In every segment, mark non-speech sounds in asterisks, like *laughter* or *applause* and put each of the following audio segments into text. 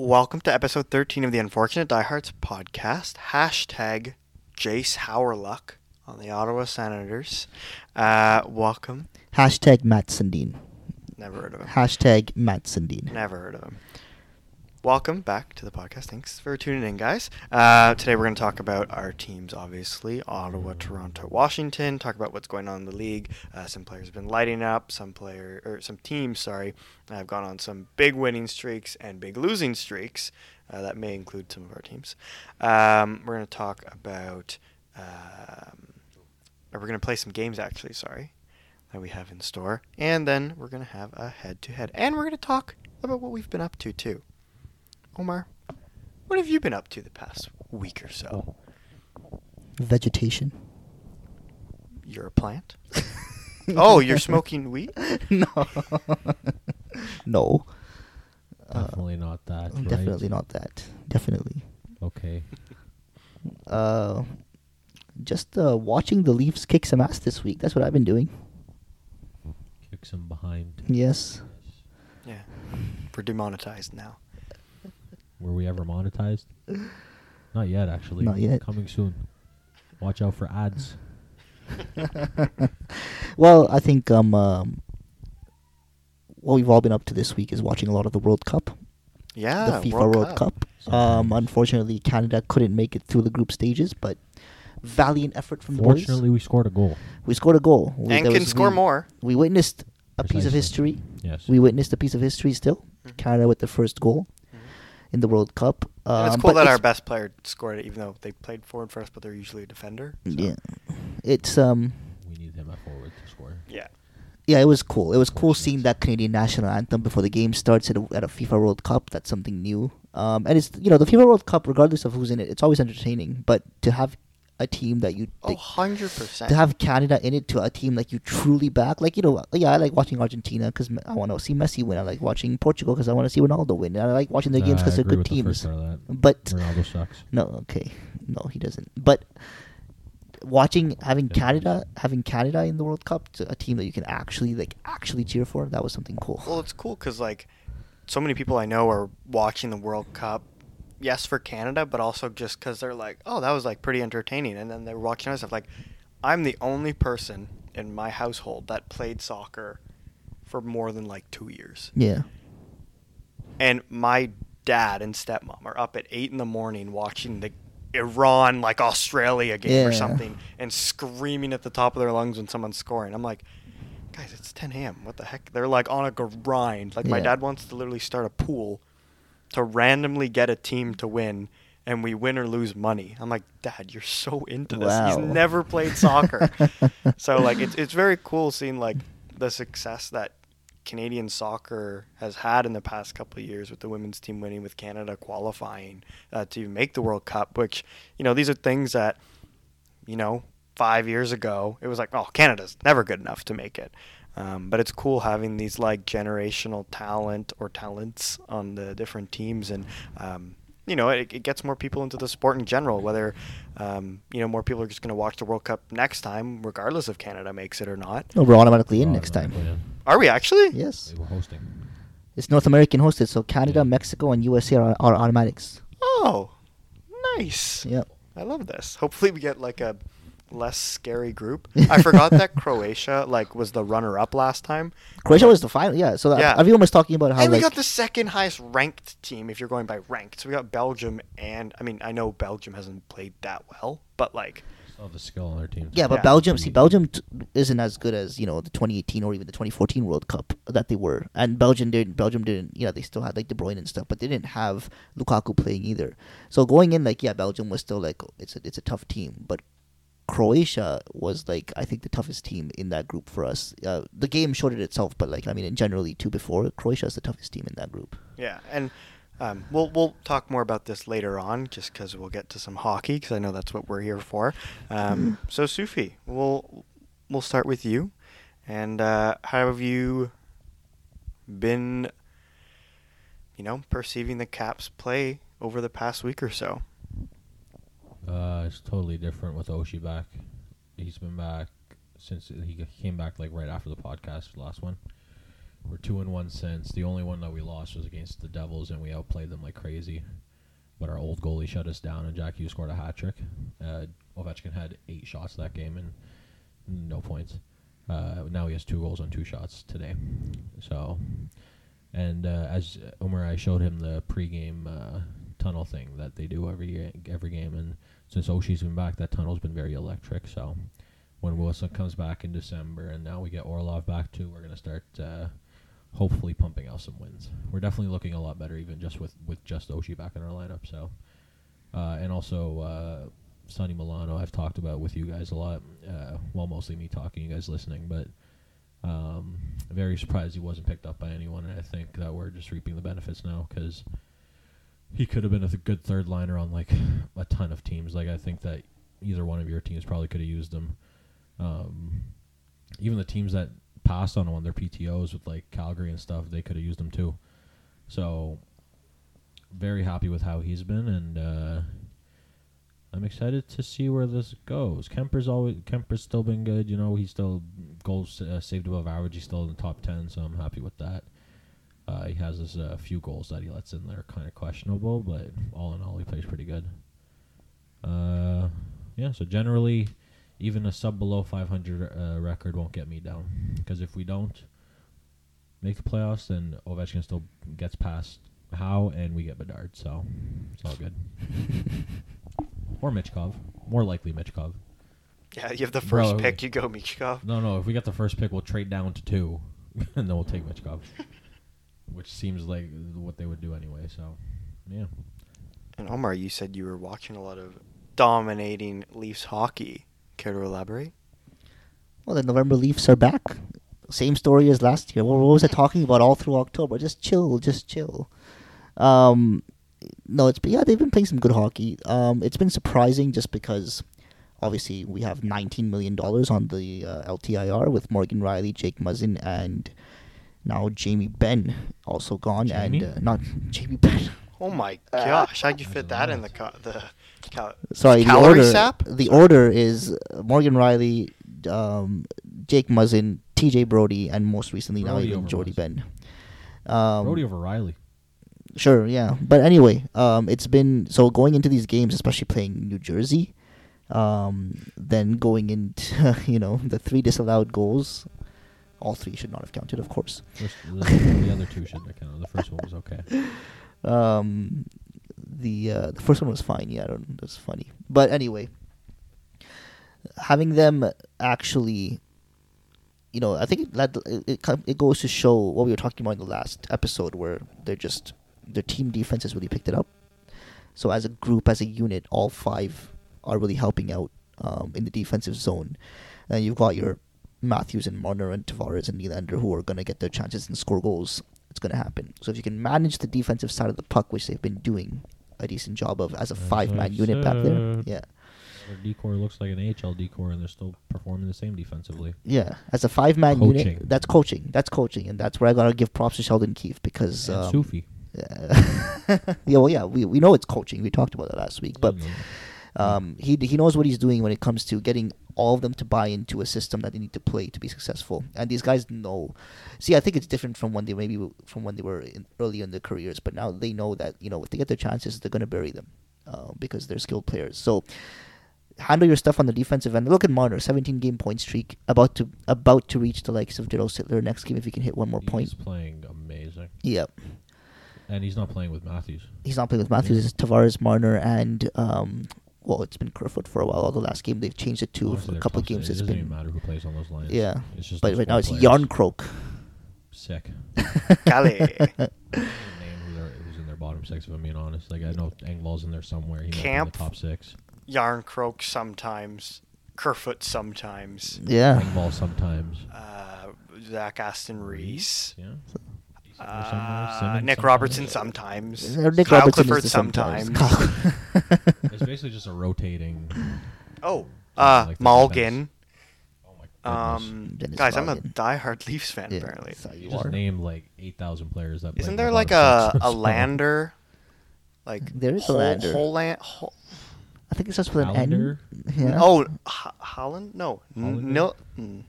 Welcome to episode 13 of the Unfortunate Diehards podcast. Hashtag Jace Howerluck on the Ottawa Senators. Uh, welcome. Hashtag Matt Sundin. Never heard of him. Hashtag Matt Sundin. Never heard of him. Welcome back to the podcast. Thanks for tuning in, guys. Uh, today we're going to talk about our teams, obviously Ottawa, Toronto, Washington. Talk about what's going on in the league. Uh, some players have been lighting up. Some player or some teams, sorry, have gone on some big winning streaks and big losing streaks. Uh, that may include some of our teams. Um, we're going to talk about. Um, or we're going to play some games actually. Sorry, that we have in store, and then we're going to have a head-to-head, and we're going to talk about what we've been up to too. Omar, what have you been up to the past week or Oh. so? Vegetation. You're a plant? oh, you're smoking weed? *laughs* no. no. Uh, Definitely not that. right? Definitely not that. Definitely. Okay. Uh, just uh, watching the Leafs kick some ass this week. That's what I've been doing. Kick some behind. Yes. *laughs* Yeah. We're demonetized now. Were we ever monetized? Not yet, actually. Not yet. Coming soon. Watch out for ads. Well, I think um, um, what we've all been up to this week is watching a lot of the World Cup, Yeah. the FIFA World, Cup. Um, unfortunately, Canada couldn't make it through the group stages, but valiant effort from the boys. Fortunately, we scored a goal. We scored a goal. We, And there can was- score we- more. We witnessed a piece of Precisely. history. Yes. We witnessed a piece of history still. Mhm. Canada with the first goal Mhm. in the World Cup. And it's Um, cool Uh, but that our it's- best player scored it, even though they played forward for us, but they're usually a defender. so- Yeah, it's um, We need him at forward to score. Yeah. yeah, it was cool. It was cool Yes. seeing that Canadian national anthem before the game starts at a, at a FIFA World Cup. That's something new. Um, and it's you know the FIFA World Cup, regardless of who's in it, it's always entertaining. But to have a team that you Oh, think- 100%. to have Canada in it to a team like you truly back. Like you know, yeah, I like watching Argentina because I want to see Messi win. I like watching Portugal because I want to see Ronaldo win. And I like watching their games Uh, I because they're agree good with the first teams. part of that. But Ronaldo sucks. no, okay, no, he doesn't. But watching having Yeah. Canada having Canada in the World Cup, to a team that you can actually like actually cheer for, that was something cool. Well, it's cool because like so many people I know are watching the World Cup. Yes, for Canada, but also just because they're like, oh, that was like pretty entertaining, and then they're watching other stuff. Like, I'm the only person in my household that played soccer for more than like two years, yeah, and my dad and stepmom are up at eight in the morning watching the Iran like Australia game or Yeah. something, and screaming at the top of their lungs when someone's scoring. I'm like, guys, it's 10 a.m. What the heck? They're like on a grind. Like my Yeah. dad wants to literally start a pool to randomly get a team to win, and we win or lose money. I'm like, Dad, you're so into this. Wow. He's never played *laughs* soccer, so like it's it's very cool seeing like the success that Canadian soccer has had in the past couple of years with the women's team winning, with Canada qualifying uh, to make the World Cup. Which you know these are things that you know, five years ago, it was like, oh, Canada's never good enough to make it. Um, but it's cool having these like generational talent or talents on the different teams, and um, you know, it, it gets more people into the sport in general. Whether um, you know more people are just going to watch the World Cup next time, regardless if Canada makes it or not. no, we're automatically in next time. Automatically Are we actually? Yes, in. We were hosting. it's North American hosted, so Canada, Yeah. Mexico, and USA are, are automatics. Oh, nice. Yeah. I love this. Hopefully, we get like a less scary group. I forgot that Croatia like was the runner-up last time. Croatia was the final, yeah. So that- Yeah. everyone was talking about how and like we got the second highest ranked team if you're going by ranked. So we got Belgium and I mean I know Belgium hasn't played that well, but like Still have the skill on their team. Yeah, but Yeah. Belgium, see, Belgium t- isn't as good as you know the 2018 or even the 2014 World Cup that they were. And Belgium didn't. Belgium didn't. You know, they still had like De Bruyne and stuff, but they didn't have Lukaku playing either. So going in, like, yeah, Belgium was still like it's a, it's a tough team, but Croatia was like I think the toughest team in that group for us. Uh, the game showed it itself, but like I mean, in generally two before Croatia is the toughest team in that group. yeah, and um, we'll we'll talk more about this later on, just because we'll get to some hockey because I know that's what we're here for. Um, Mm-hmm. so Sufi, we'll we'll start with you, and uh, how have you been? You know, perceiving the Caps play over the past week or so. *laughs* Uh, it's totally different with Oshi back. He's been back since he came back like right after the podcast last one, We're two and one since. The only one that we lost was against the Devils, and we outplayed them like crazy. But our old goalie shut us down, and Jack Hughes scored a hat trick. Uh, Ovechkin had eight shots that game and no points. Uh, now he has two goals on two shots today. So, and uh, as Omar, I showed him the pregame uh, tunnel thing that they do every ga- every game, and since Oshie's been back, that tunnel's been very electric. So, when Wilson comes back in December, and now we get Orlov back too, we're gonna start uh, hopefully pumping out some wins. We're definitely looking a lot better, even just with with just Oshie back in our lineup. So, uh, and also uh, Sonny Milano, I've talked about with you guys a lot. Uh, well, mostly me talking, you guys listening, but. Um, very surprised he wasn't picked up by anyone, and I think that we're just reaping the benefits now because he could have been a th- good third liner on like a ton of teams. Like I think that either one of your teams probably could have used him. Um, even the teams that passed on him on their PTOS with like Calgary and stuff, they could have used him too. So very happy with how he's been, and uh, I'm excited to see where this goes. Kemper's always Kemper's still been good. You know, he's still goals uh, saved above average. He's still in the top ten, so I'm happy with that. Uh, he has this uh, few goals that he lets in that are kind of questionable, but all in all, he plays pretty good. Uh, yeah, so generally, even a sub below 500 uh, record won't get me down because if we don't make the playoffs, then Ovechkin still gets past Howe and we get Bedard, so it's all good. or Mitchkov, more likely Mitchkov. Yeah, you have the first Bro. pick. You go Michkov. No, no. If we get the first pick, we'll trade down to two, *laughs* and then we'll take Mitchkov, which seems like what they would do anyway. So, yeah, And Omar, you said you were watching a lot of dominating Leafs hockey. Care to elaborate? Well, the November Leafs are back. Same story as last year. What, what was I talking about all through October? Just chill, just chill. Um, no, it's been, yeah, they've been playing some good hockey. Um, it's been surprising just because obviously we have 19 million dollars on the uh, LTIR with Morgan Riley, Jake Muzzin, and now Jamie Ben also gone, Jamie? and uh, not Jamie Ben. Oh my Uh, gosh! How'd you I fit don't that know. in the co- the cal- Sorry, the calorie order. sap? *laughs* The order is uh, Morgan Riley, um, Jake Muzzin, T.J. Brody, and most recently now Brody even over Jordy Muzzin. Ben. Um, Brody over Riley. Sure, yeah. But anyway, um, it's been so going into these games, especially playing New Jersey, um, then going into *laughs* you know the three disallowed goals, all three should not have counted, of course. First, the, the other two shouldn't have counted. The first one was okay. Um, the uh, the first one was fine. Yeah, I don't. That's funny. But anyway, having them actually, you know, I think it led, it it, com- it goes to show what we were talking about in the last episode, where they're just their team defense has really picked it up. So as a group, as a unit, all five are really helping out um, in the defensive zone, and you've got your Matthews and Marner and Tavares and Nylander who are going to get their chances and score goals. It's going to happen. So if you can manage the defensive side of the puck, which they've been doing a decent job of as a That's what five-man I unit back there, said. yeah, Their decor looks like an AHL decor, and they're still performing the same defensively. yeah, as a five-man Coaching. unit, that's coaching. That's coaching, and that's where I got to give props to Sheldon Keefe because And um, Sufi. *laughs* yeah, well, yeah, we, we know it's coaching. We talked about that last week, but I don't know. Um, he he knows what he's doing when it comes to getting all of them to buy into a system that they need to play to be successful. And these guys know. See, I think it's different from when they maybe w- from when they were in, early in their careers, but now they know that you know if they get their chances, they're going to bury them uh, because they're skilled players. So handle your stuff on the defensive end. Look at Marner, 17 game point streak, about to about to reach the likes of Jero Sittler next game if he can hit one more he's point. playing amazing, Yeah, and he's not playing with Matthews. he's not playing with Matthews, it's Tavares, Marner, and um, well, it's been Kerfoot for a while. Although last game they've changed it to Honestly, a they're couple of tough to- games. It It's doesn't been even matter who plays on those lines. Yeah. it's just but those right four now it's players. Yarn Croak. Sick. *laughs* Cali. can't name who they're- who's in their bottom six. If I'm being honest, like I know Engvall's in there somewhere. He might be Camp. in the top six. Yarn croak sometimes. Kerfoot sometimes. Yeah. Engvall sometimes. Uh, Zach Aston Reese. Yeah. Uh, Simmons Nick sometimes. Robertson sometimes. Uh, Nick Kyle Robertson is Clifford the sometimes. sometimes. *laughs* It's basically just a rotating. Oh, Something uh, like that, Malgin. Oh my goodness. Um, Dennis guys, I'm a Malgin. diehard Leafs fan *laughs* *laughs* Yeah, apparently. that's how you you just are. named like eight thousand players that. play Isn't in there the like bottom a *laughs* six. a *laughs* So- lander? Like There is a Hol- lander. Holan- Hol- I think it starts with an N. Hollander? Yeah. Oh, Ho- Holland? No, Hollander? N- Nil- mm.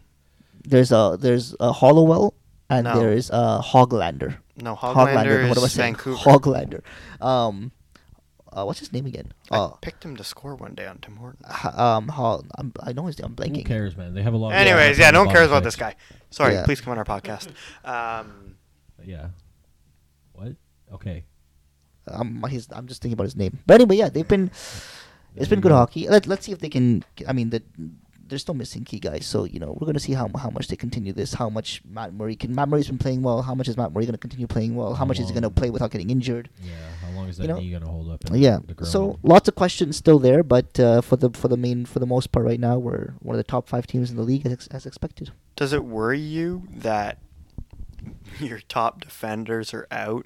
There's a there's a Hollowell and No. there is uh, Hoglander. No, Hoglander, what am I is saying? Vancouver. Hoglander. Um, uh, what's his name again? Uh, I picked him to score one day on Tim Hortons. h- um, Hog, I'm, I know his name. I'm Who blanking. cares, man? They have a lot. of Anyways, talent Oh, yeah, on no the one cares bottom about this six. guy. Sorry, Yeah. please come on our podcast. Um, Yeah. What? Okay. I'm, his, I'm just thinking about his name. But anyway, yeah, they've been. It's been good hockey. Let, let's see if they can. I mean, the, they're still missing key guys, so you know we're going to see how how much they continue this. How much Matt Murray can Matt Murray's been playing well. How much is Matt Murray going to continue playing well? How How much is he going to long? play without getting injured? Yeah. How long is that You know, knee gonna hold up? in Yeah. the ground? So lots of questions still there, but uh, for the for the main for the most part right now we're one of the top five teams in the league as, ex- as expected. does it worry you that your top defenders are out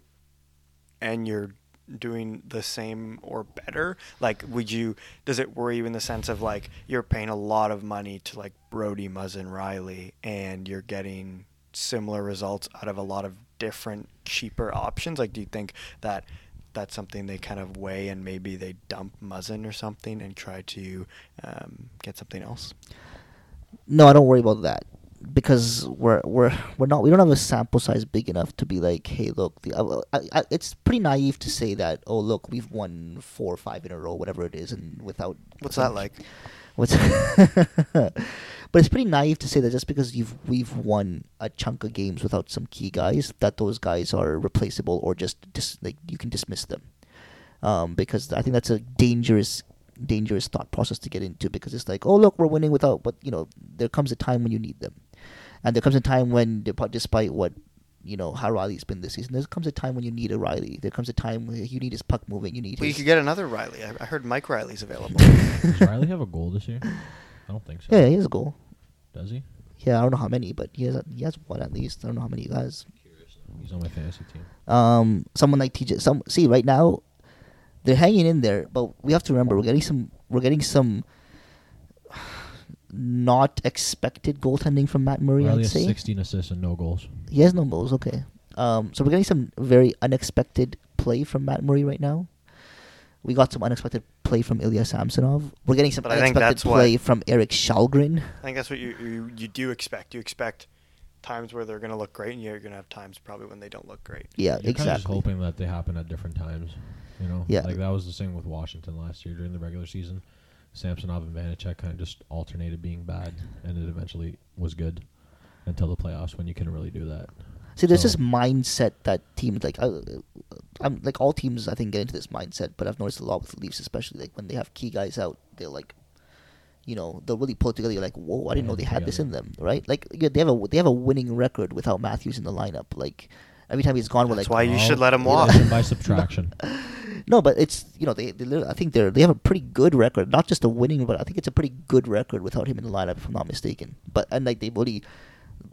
and you're doing the same or better? Like, would you? Does it worry you in the sense of like you're paying a lot of money to like Brody, Muzzin, Riley, and you're getting similar results out of a lot of different cheaper options? Like, do you think that? That's something they kind of weigh, and maybe they dump Muzzin or something and try to um, get something else. No, I don't worry about that because we're we're we're not we don't have a sample size big enough to be like, hey, look, the, uh, I, I- I, it's pretty naive to say that. Oh, look, we've won four or five in a row, whatever it is, and without What's that like? What's *laughs* but it's pretty naive to say that just because you've we've won a chunk of games without some key guys, that those guys are replaceable or just dis- like you can dismiss them. Um, because I think that's a dangerous dangerous thought process to get into because it's like, oh look, we're winning without, but you know, there comes a time when you need them, and there comes a time when, depo- despite what you know how Riley's been this season, there comes a time when you need a Riley. There comes a time where you need his puck moving. You need. Well, you his, could get another Riley. I, I heard Mike Riley's *laughs* available. Does Riley have a goal this year? I don't think so. yeah, he has a goal. Does he? Yeah, I don't know how many, but he has he has one at least. I don't know how many he has. He's on my fantasy team. Um, someone like TJ. Some see right now, they're hanging in there, but we have to remember we're getting some we're getting some *sighs* not expected goaltending from Matt Murray. Riley I'd has say 16 assists and no goals. he has no goals. Okay, um, so we're getting some very unexpected play from Matt Murray right now. We got some unexpected play from Ilya Samsonov. We're getting some But I think unexpected that's what- play from Eric Shalgren. I think that's what you, you you do expect. You expect times where they're going to look great, and you're going to have times probably when they don't look great. Yeah, You're kind of just exactly. hoping that they happen at different times. You know, Yeah. Like that was the same with Washington last year during the regular season. Samsonov and Vanacek kind of just alternated being bad, and it eventually was good until the playoffs when you can really do that. See, there's So- this mindset that teams like, uh, I'm like all teams I think get into this mindset, but I've noticed a lot with the Leafs, especially like when they have key guys out, they're like, you know, they'll really pull it together. You're like, whoa, I didn't know they had this in them, right? Like yeah, they have a they have a winning record without Matthews in the lineup. Like every time he's gone, we're That's like, why you should Oh, let him walk. *laughs* addition by subtraction. no, but it's you know they, they lit- I think they're they have a pretty good record, not just a winning, but I think it's a pretty good record without him in the lineup, if I'm not mistaken. But and like they've already,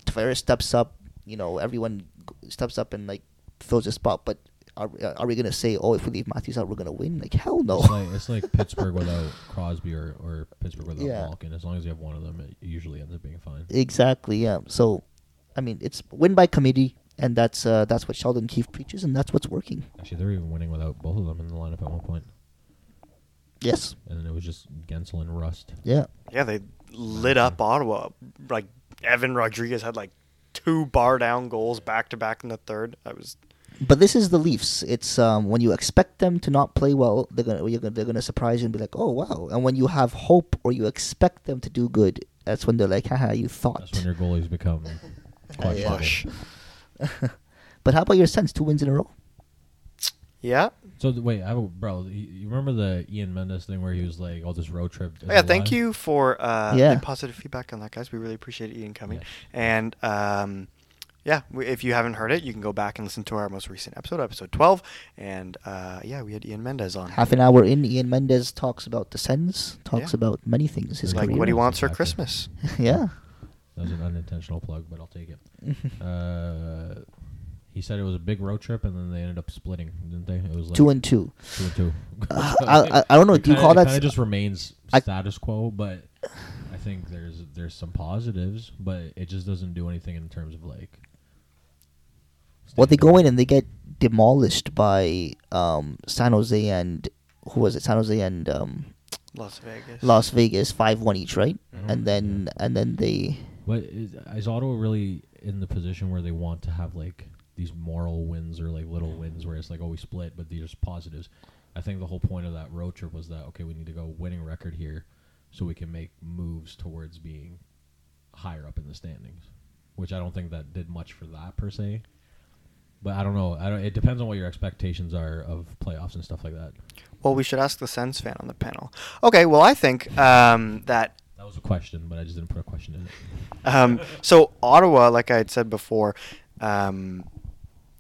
Tavares steps up, you know, everyone g- steps up and like fills a spot. But are are we gonna say, oh, if we leave Matthews out, we're gonna win? Like hell no. It's like, *laughs* it's like Pittsburgh without Crosby or, or Pittsburgh without Yeah. Malkin. As long as you have one of them, it usually ends up being fine. Exactly. Yeah. So, I mean, it's win by committee, and that's uh, that's what Sheldon Keefe preaches, and that's what's working. Actually, they were even winning without both of them in the lineup at one point, Yes. and then it was just Gensel and Rust. Yeah. Yeah, they lit up Ottawa. Like Evan Rodriguez had like two bar down goals back to back in the third. I was But this is the Leafs. It's um, when you expect them to not play well, they're gonna, you're gonna they're gonna surprise you and be like, oh wow. And when you have hope or you expect them to do good, that's when they're like, haha, you thought. That's when your goalies *laughs* become quite Yeah. mush. but how about your Sens? Two wins in a row. Yeah. So th- wait, I have a, bro, y- you remember the Ian Mendes thing where he was like, "Oh, this road trip." is Oh, yeah, a thank lie? you for uh, Yeah. the positive feedback on that, guys. We really appreciate Ian coming. Yeah. And um, yeah, we, if you haven't heard it, you can go back and listen to our most recent episode, episode 12. And uh, yeah, we had Ian Mendez on. Half an hour in, Ian Mendez talks about the Sens, talks Yeah. about many things. His It's like career. what he Korean. wants for Exactly. Christmas. *laughs* yeah. That was an unintentional plug, but I'll take *laughs* it. uh, he said it was a big road trip, and then they ended up splitting, didn't they? It was like Two and *laughs* two. two and two. Uh, *laughs* I- I- I don't know, It do you kinda- call it that kinda s- just remains I- status quo? But I think there's there's some positives, but it just doesn't do anything in terms of like. Well, they standing go out. in and they get demolished by um, San Jose and who was it? San Jose and um, Las Vegas. Las Vegas, five one each, right? Mhm. And then and then they But is, is Ottawa really in the position where they want to have like these moral wins or like little wins where it's like oh we split but these are positives. I think the whole point of that road trip was that okay we need to go winning record here so we can make moves towards being higher up in the standings, which I don't think that did much for that per se. But I don't know. I don't, it depends on what your expectations are of playoffs and stuff like that. Well, we should ask the Sens fan on the panel. Okay, well, I think um, that That was a question, but I just didn't put a question in it. Um, so Ottawa, like I had said before, um,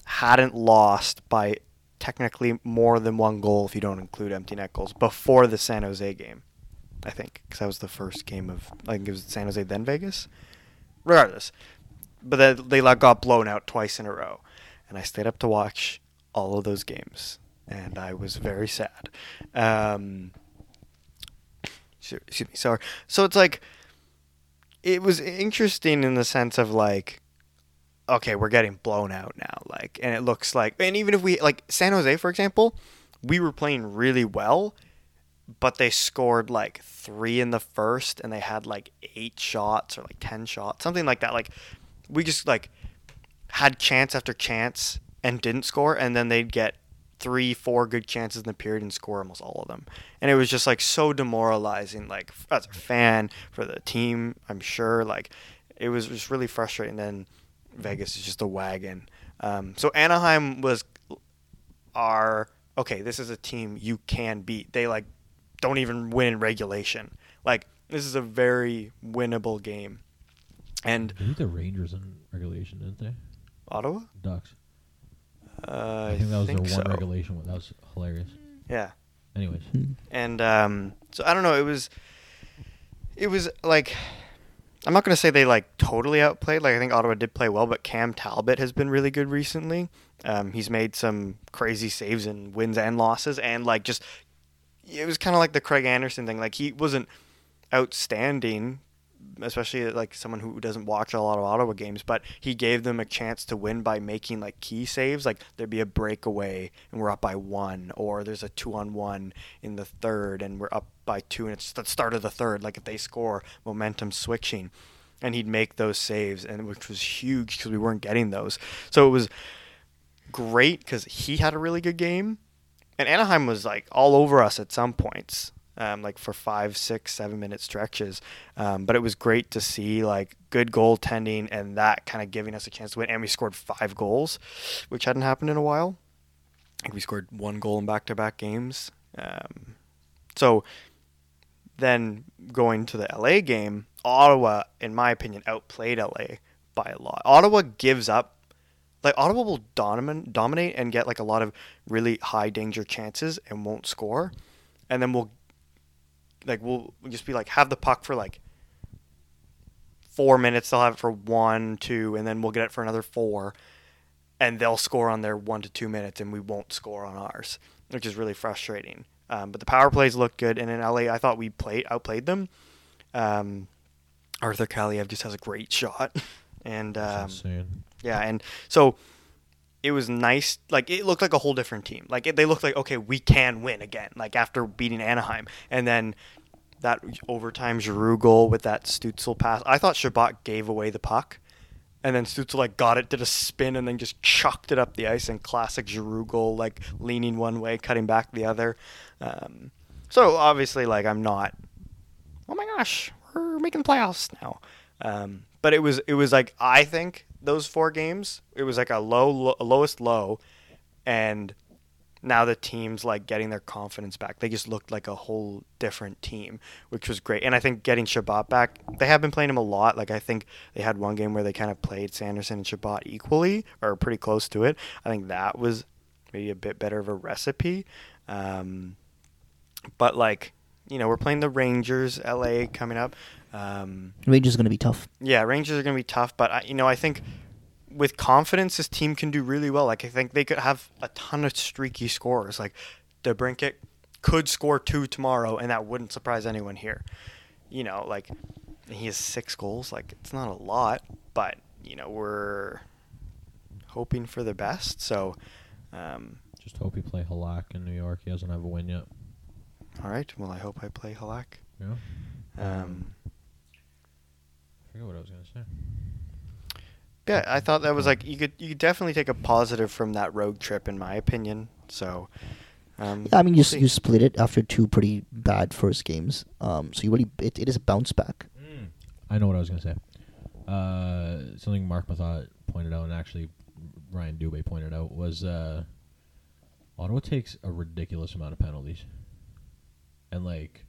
hadn't lost by technically more than one goal if you don't include empty net goals before the San Jose game. I think because that was the first game of I think it was San Jose then Vegas. Regardless, but they, they like got blown out twice in a row, and I stayed up to watch all of those games, and I was very sad. Um, excuse excuse me, sorry. So it's like it was interesting in the sense of like okay we're getting blown out now like and it looks like and even if we like san jose for example we were playing really well but they scored like three in the first and they had like eight shots or like ten shots something like that like we just like had chance after chance and didn't score and then they'd get three four good chances in the period and score almost all of them and it was just like so demoralizing like f- as a fan for the team i'm sure like it was just really frustrating then vegas is just a wagon um, so anaheim was are okay this is a team you can beat they like don't even win in regulation like this is a very winnable game and They beat the Rangers in regulation, didn't they? ottawa Ducks. uh, I, think that was their one so. regulation. one. That was hilarious. yeah Anyways, and um, so I don't know. It was, it was like, I'm not gonna say they like totally outplayed. Like I think Ottawa did play well, but Cam Talbot has been really good recently. Um, he's made some crazy saves and wins and losses, and like just, it was kind of like the Craig Anderson thing. Like he wasn't outstanding. Especially like someone who doesn't watch a lot of Ottawa games, but he gave them a chance to win by making like key saves. Like there'd be a breakaway and we're up by one, or there's a two on one in the third and we're up by two and it's the start of the third like if they score momentum switching and he'd make those saves and which was huge because we weren't getting those so it was great because he had a really good game and anaheim was like all over us at some points um, like for five six seven minute stretches um, but it was great to see like good goaltending and that kind of giving us a chance to win and we scored five goals which hadn't happened in a while I think we scored one goal in back-to-back games. Um, so then going to the LA game, Ottawa, in my opinion, outplayed LA by a lot. Ottawa gives up. Like Ottawa will domin- dominate and get like a lot of really high danger chances and won't score, and then we'll like we'll just be like have the puck for like four minutes. They'll have it for one, two, and then we'll get it for another four and they'll score on their one to two minutes, and we won't score on ours, which is really frustrating. Um, but the power plays looked good, and in LA, I thought we played outplayed them. Um, Arthur Kaliev just has a great shot, *laughs* and that's um, insane. yeah, and so it was nice. Like it looked like a whole different team. Like it, they looked like okay, we can win again. Like after beating Anaheim, and then that overtime Giroux goal with that Stutzel pass. I thought Shabbat gave away the puck, and then Stutzel like got it, did a spin, and then just chucked it up the ice. And classic Giroux goal, like leaning one way, cutting back the other. Um, so obviously, like I'm not oh my gosh, we're making the playoffs now. Um, but it was it was like I think those four games it was like a low, lo- lowest low, and now the team's like getting their confidence back. They just looked like a whole different team, which was great. And I think getting Shabbat back, they have been playing him a lot. Like I think they had one game where they kind of played Sanderson and Shabbat equally or pretty close to it. I think that was maybe a bit better of a recipe. Um, but like you know we're playing the rangers la coming up um, Rangers are going to be tough. yeah rangers are going to be tough but I, you know i think with confidence this team can do really well like i think they could have a ton of streaky scores like debrinket could score two tomorrow and that wouldn't surprise anyone here you know like he has six goals like it's not a lot but you know we're hoping for the best so um, Just hope you play Halak in New York. He doesn't have a win yet. all right well i hope i play halak Yeah. um, I forget what I was gonna say. Yeah, I thought that was like you could you could definitely take a positive from that road trip, in my opinion. So, um, Yeah, I mean, you, we'll s- see. you split it after two pretty bad first games. Um, so you really it, it is a bounce back. I know what I was gonna say. Uh, something Mark Mathot pointed out, and actually Ryan Dubé pointed out, was uh, Ottawa takes a ridiculous amount of penalties, and like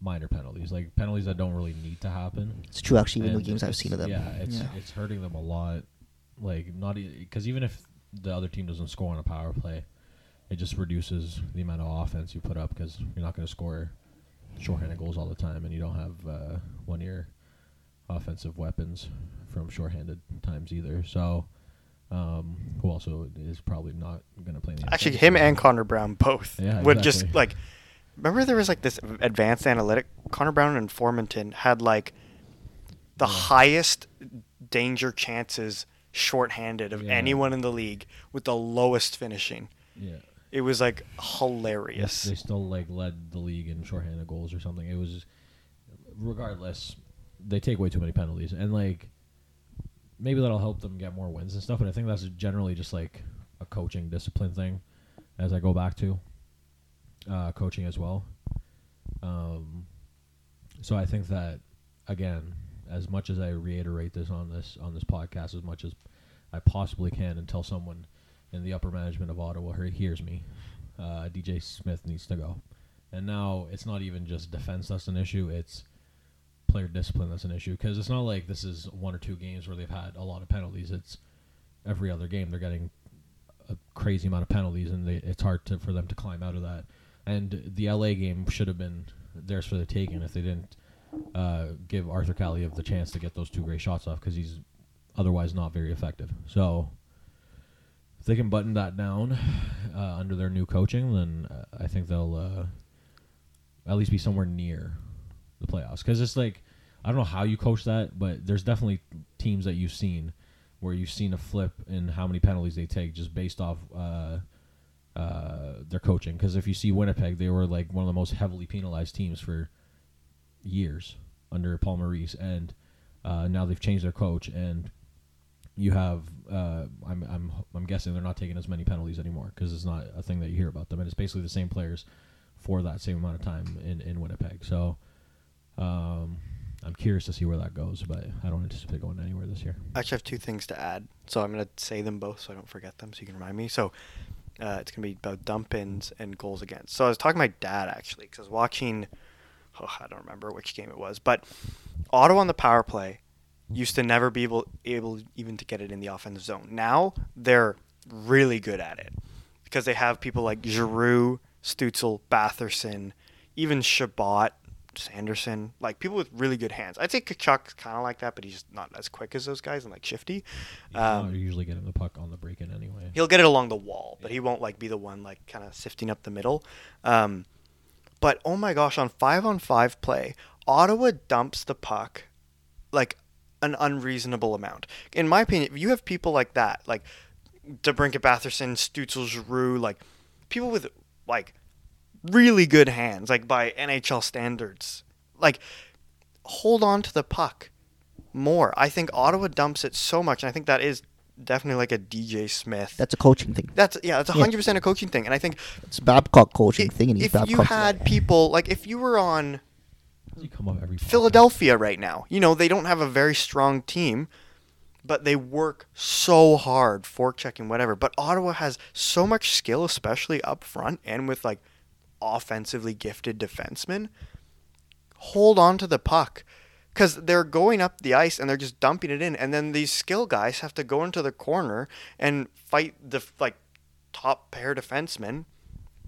minor penalties, like penalties that don't really need to happen. It's true, actually, even the And games I've it's- seen of them. Yeah, it's Yeah. it's hurting them a lot. Like not because even if the other team doesn't score on a power play, it just reduces the amount of offense you put up because you're not going to score shorthanded goals all the time, and you don't have uh, one of your offensive weapons from shorthanded times either. So. Um, who also is probably not going to play in the Actually, offensive him and game. Connor Brown both Yeah, would just exactly. like. Remember, there was like this advanced analytic. Connor Brown and Formanton had like the Yeah. highest danger chances shorthanded of Yeah. anyone in the league, with the lowest finishing. yeah. It was like Yes, hilarious. They still like led the league in shorthanded goals or something. It was regardless, they take way too many penalties and like maybe that'll help them get more wins and stuff, but I think that's generally just like a coaching discipline thing as I go back to uh, coaching as well. Um, so I think that again, as much as I reiterate this on this on this podcast, as much as I possibly can, until someone in the upper management of Ottawa he- hears me, uh, DJ Smith needs to go. And now it's not even just defense that's an issue; it's player discipline that's an issue. Because it's not like this is one or two games where they've had a lot of penalties. It's every other game they're getting a crazy amount of penalties, and they, it's hard to, for them to climb out of that. And the LA game should have been theirs for the taking if they didn't uh, give Arthur Kaliev the chance to get those two great shots off because he's otherwise not very effective. So if they can button that down uh, under their new coaching, then uh, I think they'll uh, at least be somewhere near the playoffs. Because it's like I don't know how you coach that, but there's definitely teams that you've seen where you've seen a flip in how many penalties they take just based off. Uh, uh, their coaching because if you see Winnipeg, they were like one of the most heavily penalized teams for years under Paul Maurice, and uh, now they've changed their coach, and you have uh, I'm, I'm I'm guessing they're not taking as many penalties anymore because it's not a thing that you hear about them, and it's basically the same players for that same amount of time in in Winnipeg. So. Um, I'm curious to see where that goes, but I don't anticipate going anywhere this year. I actually have two things to add, so I'm gonna say them both so I don't forget them, so you can remind me. So uh, it's gonna be about dump ins and goals against. So I was talking to my dad actually because I was watching. Oh, I don't remember which game it was, but Ottawa on the power play used to never be able able even to get it in the offensive zone. Now they're really good at it because they have people like Giroux, Stutzel, Batherson, even Shabbat, Sanderson, like people with really good hands. I'd say Kachuk's kind of like that, but he's just not as quick as those guys and like shifty. Um, You're usually getting the puck on the break in anyway. He'll get it along the wall, but he won't like be the one like kind of sifting up the middle. Um, but oh my gosh, on five on five play, Ottawa dumps the puck like an unreasonable amount. In my opinion, if you have people like that, like DeBrinket Batherson, Stutzel Giroux, like people with like really good hands, like by NHL standards, like hold on to the puck more. I think Ottawa dumps it so much, and I think that is definitely like a DJ Smith. That's a coaching thing. That's yeah, that's Yeah. hundred percent a coaching thing, and I think It's Babcock coaching i- thing, and he's if Babcock. you had people like if you were on Does he come up every podcast? Philadelphia right now, you know they don't have a very strong team, but they work so hard for checking whatever. But Ottawa has so much skill, especially up front and with like offensively gifted defensemen. Hold on to the puck. Because they're going up the ice and they're just dumping it in, and then these skill guys have to go into the corner and fight the like top pair defensemen,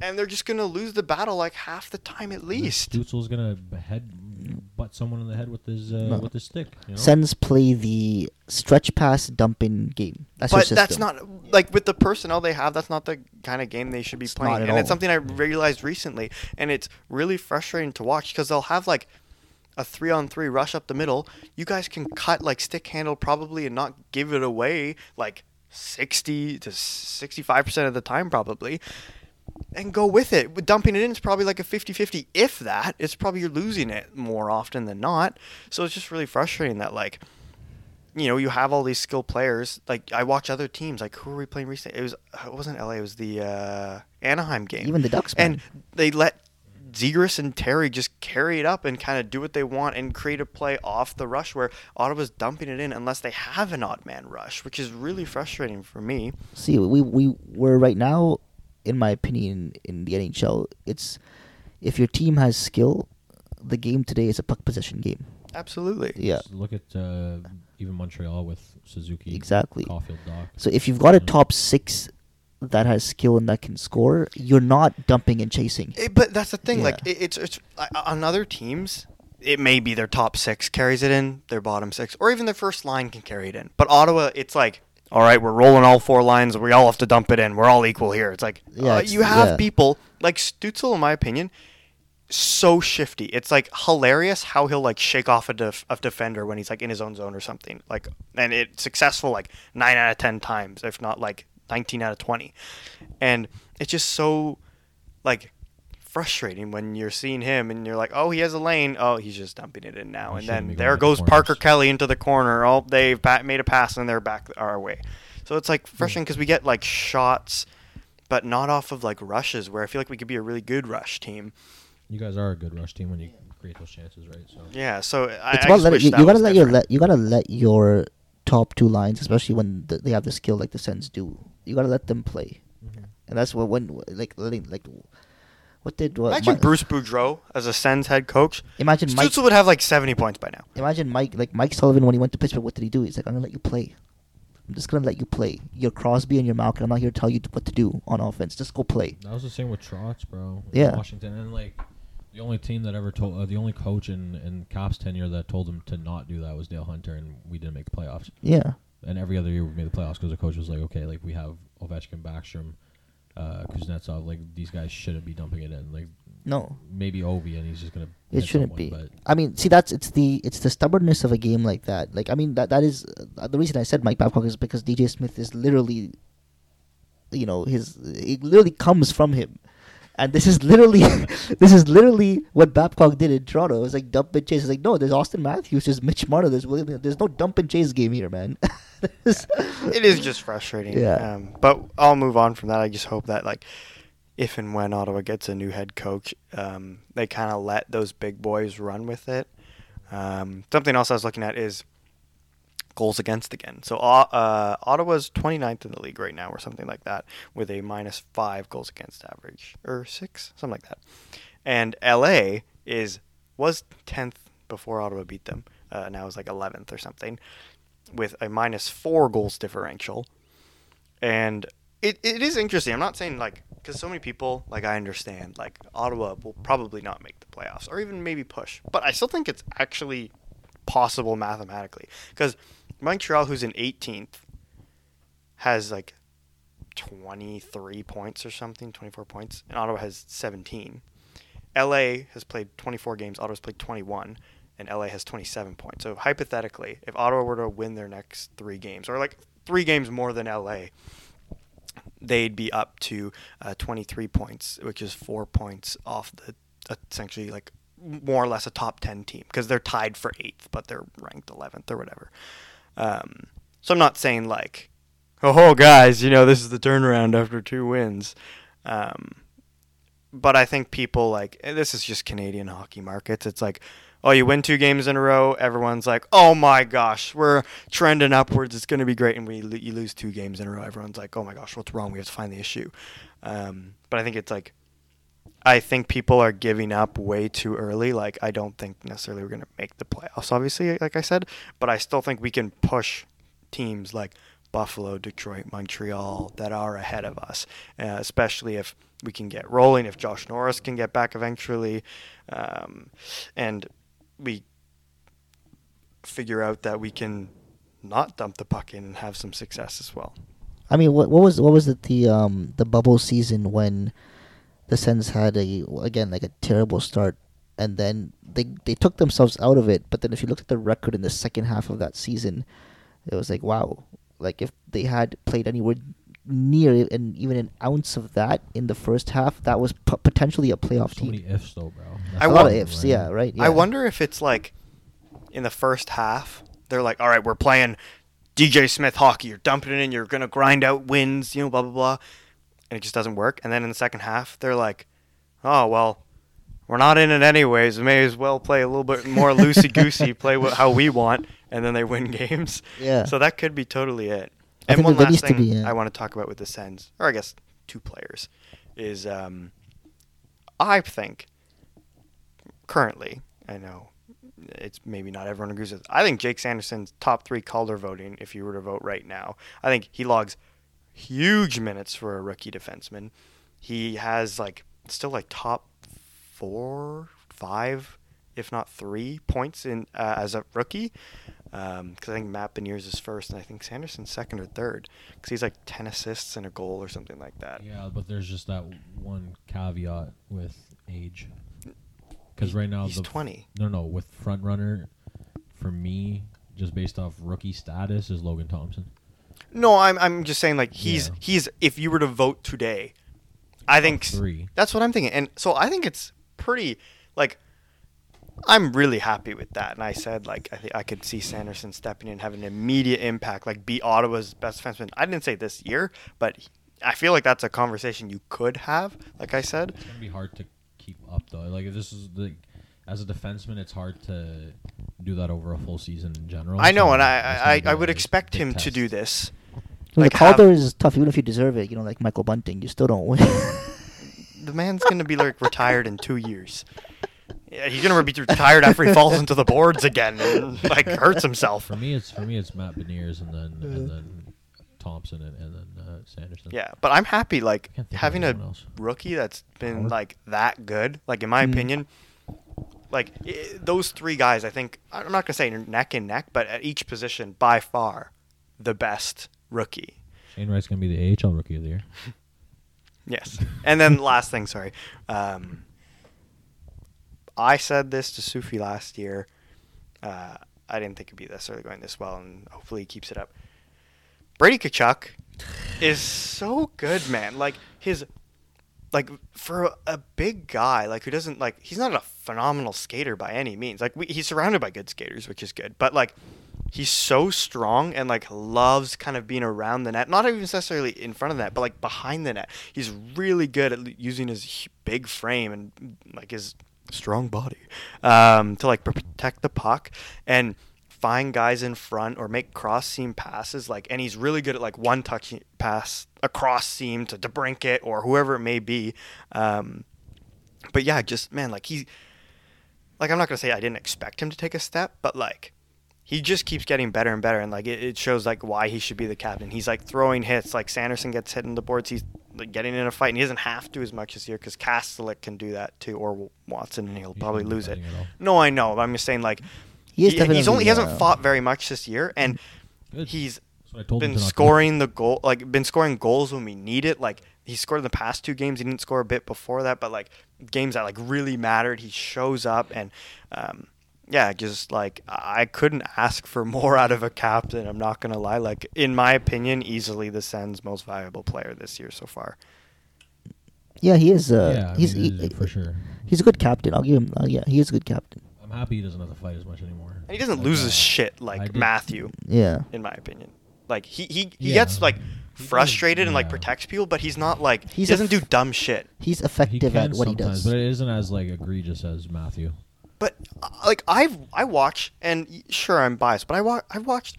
and they're just gonna lose the battle like half the time at least. Stutzel's gonna head butt someone in the head with his uh, No. with his stick. You know? Sens play the stretch pass dump in game. That's your but system. that's not like with the personnel they have. That's not the kind of game they should be It's playing, not at and it's all. something I realized recently, and it's really frustrating to watch because they'll have like a three on three rush up the middle. You guys can cut like stick handle probably and not give it away like sixty to sixty five percent of the time probably. And go with it. With Dumping it in is probably like a 50 50. If that, it's probably you're losing it more often than not. So it's just really frustrating that, like, you know, you have all these skilled players. Like I watch other teams. Like who were we playing recently? It was it wasn't LA. It was the uh, Anaheim game. Even the Ducks, and man. they let Zegers and Terry just carry it up and kind of do what they want and create a play off the rush where Ottawa's dumping it in unless they have an odd man rush, which is really frustrating for me. see we we we're right now in my opinion in the NHL it's if your team has skill the game today is a puck possession game Absolutely. yeah Just look at uh, even Montreal with Suzuki. Exactly. Caulfield Dock. so if you've got a Yeah. top 6 that has skill and that can score you're not dumping and chasing It- but that's the thing. Yeah. Like it, it's it's I- I- on other teams, it may be their top six carries it in, their bottom six, or even their first line can carry it in. But Ottawa, it's like. All right, we're rolling all four lines. We all have to dump it in. We're all equal here. It's like Yeah, uh, it's- you have yeah. people like Stutzel, in my opinion, so shifty. It's like hilarious how he'll like shake off a, def- a defender when he's like in his own zone or something. Like, and it's successful like nine out of ten times, if not like nineteen out of twenty. And it's just so like frustrating when you're seeing him and you're like, oh, he has a lane. Oh, he's just dumping it in now. He And shouldn't then be going there at the goes corners. Parker Kelly into the corner. Oh, they bat- made a pass and they're back our way. So it's Hmm. like frustrating because we get like shots, but not off of like rushes where I feel like we could be a really good rush team. You guys are a good rush team when you create those chances, right? So Yeah, so I, it's I just about letting wish you, that you gotta was let your different. let you gotta let your top two lines, especially when th they have the skill like the Sens do. You gotta let them play, Mm-hmm. and that's what when like letting like what did what Imagine Mi- Bruce Boudreau as a Sens head coach. imagine Mike Stutzel would have like 70 points by now. imagine Mike like Mike Sullivan when he went to Pittsburgh. What did he do? He's like, I'm gonna let you play. I'm just gonna let you play. You're Crosby and you're Malkin. I'm not here to tell you what to do on offense. Just go play. that was the same with Trotz, bro. in Yeah. Washington and like the only team that ever told uh, the only coach in in Cop's tenure that told him to not do that was Dale Hunter, and we didn't make the playoffs. Yeah, And every other year we made the playoffs because the coach was like, okay, like we have Ovechkin, Backstrom, uh, Kuznetsov, like these guys shouldn't be dumping it in. Like no, maybe Ovi, and he's just gonna. It hit shouldn't be. someone, But I mean, see, that's it's the it's the stubbornness of a game like that. Like, I mean, that that is uh, the reason I said Mike Babcock is because DJ Smith is literally, you know, his it literally comes from him, and this is literally *laughs* this is literally what Babcock did in Toronto. It's like dump and chase. It's like no, there's Austin Matthews, there's Mitch Marner, there's William. There's no dump and chase game here, man. *laughs* There's- it is just frustrating. Yeah. Um, but I'll move on from that. I just hope that like if and when Ottawa gets a new head coach, um, they kind of let those big boys run with it. Um, something else I was looking at is goals against again. So Au- uh, Ottawa's 29th in the league right now, or something like that, with a minus five goals against average, or six, something like that. And LA is was 10th before Ottawa beat them. Uh, now is like 11th or something, with a minus four goals differential. And it, it is interesting. I'm not saying like because so many people like I understand like Ottawa will probably not make the playoffs or even maybe push, but I still think it's actually possible mathematically because Montreal, who's in 18th, has like 23 points or something, 24 points, and Ottawa has 17. LA has played 24 games, Ottawa's played 21, and LA has 27 points. So hypothetically, if Ottawa were to win their next three games, or like three games more than LA, they'd be up to uh, 23 points, which is four points off the uh, essentially like more or less a top 10 team because they're tied for eighth, but they're ranked 11th or whatever. Um, so I'm not saying like, oh, guys, you know, this is the turnaround after two wins. Um, but I think people like and this is just Canadian hockey markets. It's like, oh, you win two games in a row, everyone's like, oh my gosh, we're trending upwards. It's going to be great, and we lo- you lose two games in a row, everyone's like, oh my gosh, what's wrong? We have to find the issue. Um, but I think it's like, I think people are giving up way too early. Like, I don't think necessarily we're going to make the playoffs, obviously, like I said, but I still think we can push teams like Buffalo, Detroit, Montreal that are ahead of us, uh, especially if we can get rolling, if Josh Norris can get back eventually, um, and we figure out that we can not dump the puck in and have some success as well. I mean, what what was what was it the um the bubble season when the Sens had a again like a terrible start, and then they they took themselves out of it. But then if you looked at the record in the second half of that season, it was like wow, like if they had played anywhere near and even an ounce of that in the first half, that was p- potentially a playoff so many team. ifs though, bro. I a lot of the wonder- problem, ifs, right? yeah, right. I yeah. wonder if it's like in the first half they're like, all right, we're playing DJ Smith hockey. You're dumping it in. You're gonna grind out wins. You know, blah blah blah. And it just doesn't work. And then in the second half, they're like, oh well, we're not in it anyways. We may as well play a little bit more loosey goosey. play wh- how we want. And then they win *laughs* games. Yeah. So that could be totally it. I And think one that last needs to thing be it. I want to talk about with the Sens, or I guess two players, is um, I think currently, I know it's maybe not everyone agrees with. I think Jake Sanderson's top three Calder voting, if you were to vote right now, I think he logs huge minutes for a rookie defenseman. He has like still like top four, five, if not three points in uh, as a rookie. Because I think Matt Beniers is first, and I think Sanderson's second or third. Because he's like ten assists and a goal or something like that. Yeah, but there's just that one caveat with age. Because right now, he's the, twenty. no, no, with front runner, for me, just based off rookie status, is Logan Thompson. No, I'm I'm just saying like he's Yeah. he's if you were to vote today, I think s- three. That's what I'm thinking. And so I think it's pretty like I'm really happy with that. And I said like I think I could see Sanderson stepping in and having an immediate impact, like be Ottawa's best defenseman. I didn't say this year, but I feel like that's a conversation you could have, like I said. It's gonna be hard to keep up though. Like if this is the as a defenseman, it's hard to do that over a full season in general. I know so and it's I I, gonna I, be I a would big- expect big him to test. do this. So Like the have- Calder is tough, even if you deserve it. You know, like Michael Bunting, you still don't win. *laughs* The man's gonna be like retired in two years. Yeah, he's gonna be retired after he falls into the boards again and like hurts himself. For me, it's for me, it's Matt Beniers and then and then Thompson and, and then uh, Sanderson. Yeah, but I'm happy like I can't think of having a anyone else. rookie that's been Howard? like that good. Like in my Mm. opinion, like i those three guys, I think I'm not gonna say neck and neck, but at each position by far the best rookie. Shane Wright's gonna be the AHL Rookie of the Year. Yes. And then last thing, sorry. Um, I said this to Sufi last year. Uh, I didn't think it'd be necessarily going this well, and hopefully he keeps it up. Brady Kachuk is so good, man. Like his, like for a big guy, like who doesn't like, he's not a phenomenal skater by any means. Like we, he's surrounded by good skaters, which is good, but like he's so strong and like loves kind of being around the net, not even necessarily in front of the net, but like behind the net. He's really good at l- using his h- big frame and like his strong body um, to like protect the puck and find guys in front or make cross seam passes like and he's really good at like one touch pass across seam to DeBrinket or whoever it may be um, but yeah just man like he like I'm not gonna say I didn't expect him to take a step but like he just keeps getting better and better and like it, it shows like why he should be the captain he's like throwing hits like Sanderson gets hit in the boards he's like getting in a fight and he doesn't have to as much this year because Kastelik can do that too or Watson and he'll He probably shouldn't be lose it fighting at all. no I know but I'm just saying like He is he's only he definitely, hasn't uh, fought very much this year and Good. he's That's what I told him been to not do. scoring the goal like been scoring goals when we need it like he scored in the past two games he didn't score a bit before that but like games that like really mattered he shows up and um yeah just like i I couldn't ask for *laughs* more out of a captain i'm not gonna lie like in my opinion easily the sens most valuable player this year so far yeah, he is. Uh, yeah, I he's mean, he- it- for sure. He's a good captain. I'll give him. Uh, yeah, he is a good captain. I'm happy he doesn't have to fight as much anymore. and he doesn't Like, lose uh, his shit I like did- matthew Yeah. in my opinion like he he, he Yeah. gets like He frustrated does- and like yeah. protects people but he's not like he He's a doesn't do f- dumb shit He's He effective can at what he sometimes, does. but it isn't as like egregious as Matthew. But uh, like I've I watch and y- sure I'm biased, but I wa- I watched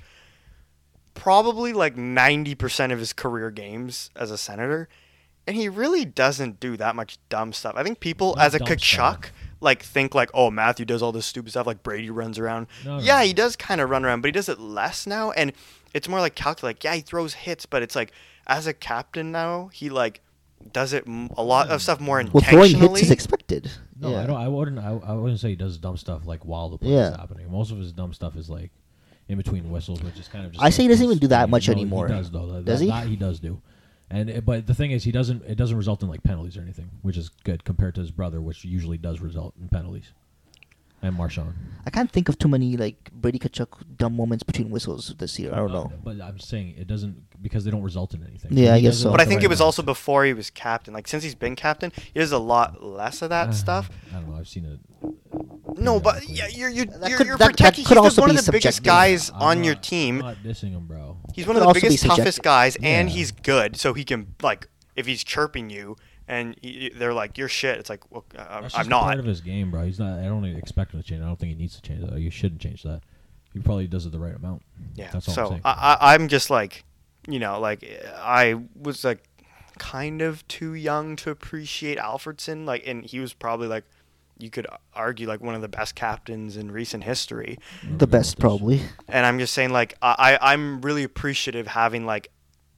probably like 90% of his career games as a senator and he really doesn't do that much dumb stuff. I think people Not as a dumb Kachuk stuff. like think like oh Matthew does all this stupid stuff like Brady runs around. No, no, yeah, no. he does kind of run around, but he does it less now and it's more like calculated. Like, yeah, he throws hits, but it's like as a captain now, he like does it m- a lot Hmm. of stuff more well, intentionally. throwing hits is expected. No, yeah. I don't. I wouldn't. I, I wouldn't say he does dumb stuff like while the play Yeah. is happening. Most of his dumb stuff is like in between whistles, which is kind of. Just I say he like doesn't even his do that thing. much No, anymore. He does though. That- Does that- he? That he does do, and it- but the thing is, he doesn't. It doesn't result in like penalties or anything, which is good compared to his brother, which usually does result in penalties. And Marshawn. I can't think of too many like Brady Kachuk dumb moments between whistles this year. I don't know. Uh, But I'm saying it doesn't because they don't result in anything. Yeah, He I guess doesn't so. have But I to think right it was now. also before he *sighs* was captain. Like since he's been captain, he does a lot less of that Uh, stuff. I don't know. I've seen it No, but Exactly. yeah, you're you're That you're, could- you're that- that protecting. could he's also one one be of the biggest subjective. guys I'm on your not- team. I'm not dissing him, bro. He's one of could the also be biggest, toughest subjective. guys, and Yeah. he's good, so he can like if he's chirping you and y- y- they're like you're shit. It's like well, uh, I'm, That's I'm just not. part of his game, bro. He's not. I don't even expect him to change. I don't think he needs to change that. Or you shouldn't change that. He probably does it the right amount. Yeah. That's all I'm so uh, saying. I, I, I'm just like, you know, like I was like kind of too young to appreciate Alfredson. Like, and he was probably like, you could argue like one of the best captains in recent history. The best, probably. And I'm just saying like, I, I I'm really appreciative having like,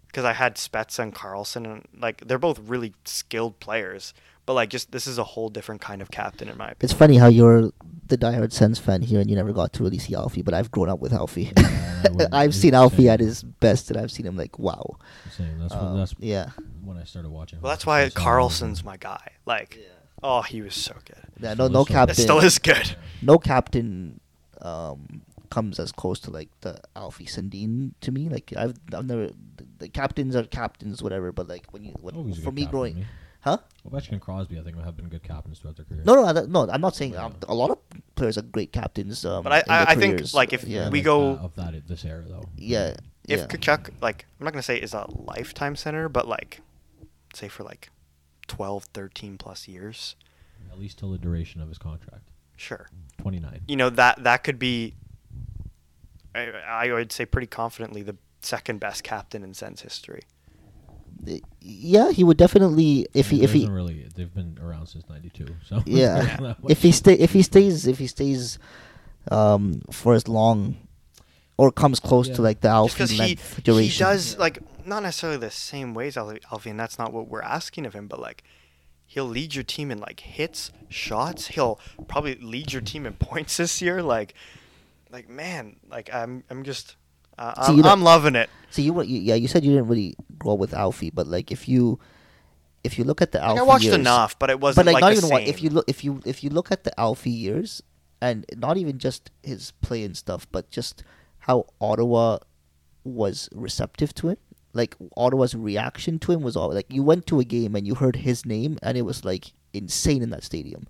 because I had Spetz and Carlson and like they're both really skilled players. But like, just this is a whole different kind of captain in my opinion. It's funny how you're the diehard Sens fan here, and you never got to really see Alfie. But I've grown up with Alfie. *laughs* Yeah, I wouldn't- I've it's seen the Alfie same. at his best, and I've seen him like wow. Same. That's Um, what, that's yeah. when I started watching. Well, that's hockey. why That's all I Carlson's remember. my guy. Like, oh, he was so good. Yeah, Still no, no is something. It captain. still is good. no captain um, comes as close to like the Alfie Sandine to me. Like I've I've never the, the captains are captains, whatever. But like when you when, Oh, he's a for good me captain, growing, eh? huh? Ovechkin and Crosby, I think, have been good captains throughout their career. No, no, I don't- no. I'm not saying Yeah. um, a lot of players are great captains. Um, But I- in their I- I think, careers, like, if yeah, we like go- that, of that this era though. yeah, if yeah. Kachuk, like, I'm not going to say is a lifetime center, but like, say for like 12, 13 plus years, At least till the duration of his contract, sure. twenty nine. You know, that, that could be, I, I would say pretty confidently, the second best captain in Sens history. yeah, he would definitely if he if he really, they've been around since ninety two. So *laughs* yeah if he stay if he stays if he stays um, for as long or comes close Yeah. to like the Just Alfie because he, length he duration. does, like, not necessarily the same ways, Al- Alfie, and that's not what we're asking of him, but like, he'll lead your team in like hits, shots. He'll probably lead your team in points this year. Like, like man, like I'm, I'm just, uh, See, I'm, you don't- I'm loving it. So you, were- you yeah, you said you didn't really grow up with Alfie, but like if you if you look at the Like, Alfie I watched years, enough, but it wasn't but like, like, not the even same. what if you look if you if you look at the Alfie years and not even just his play and stuff, but just how Ottawa was receptive to him. Like Ottawa's reaction to him was all like you went to a game and you heard his name and it was like insane in that stadium.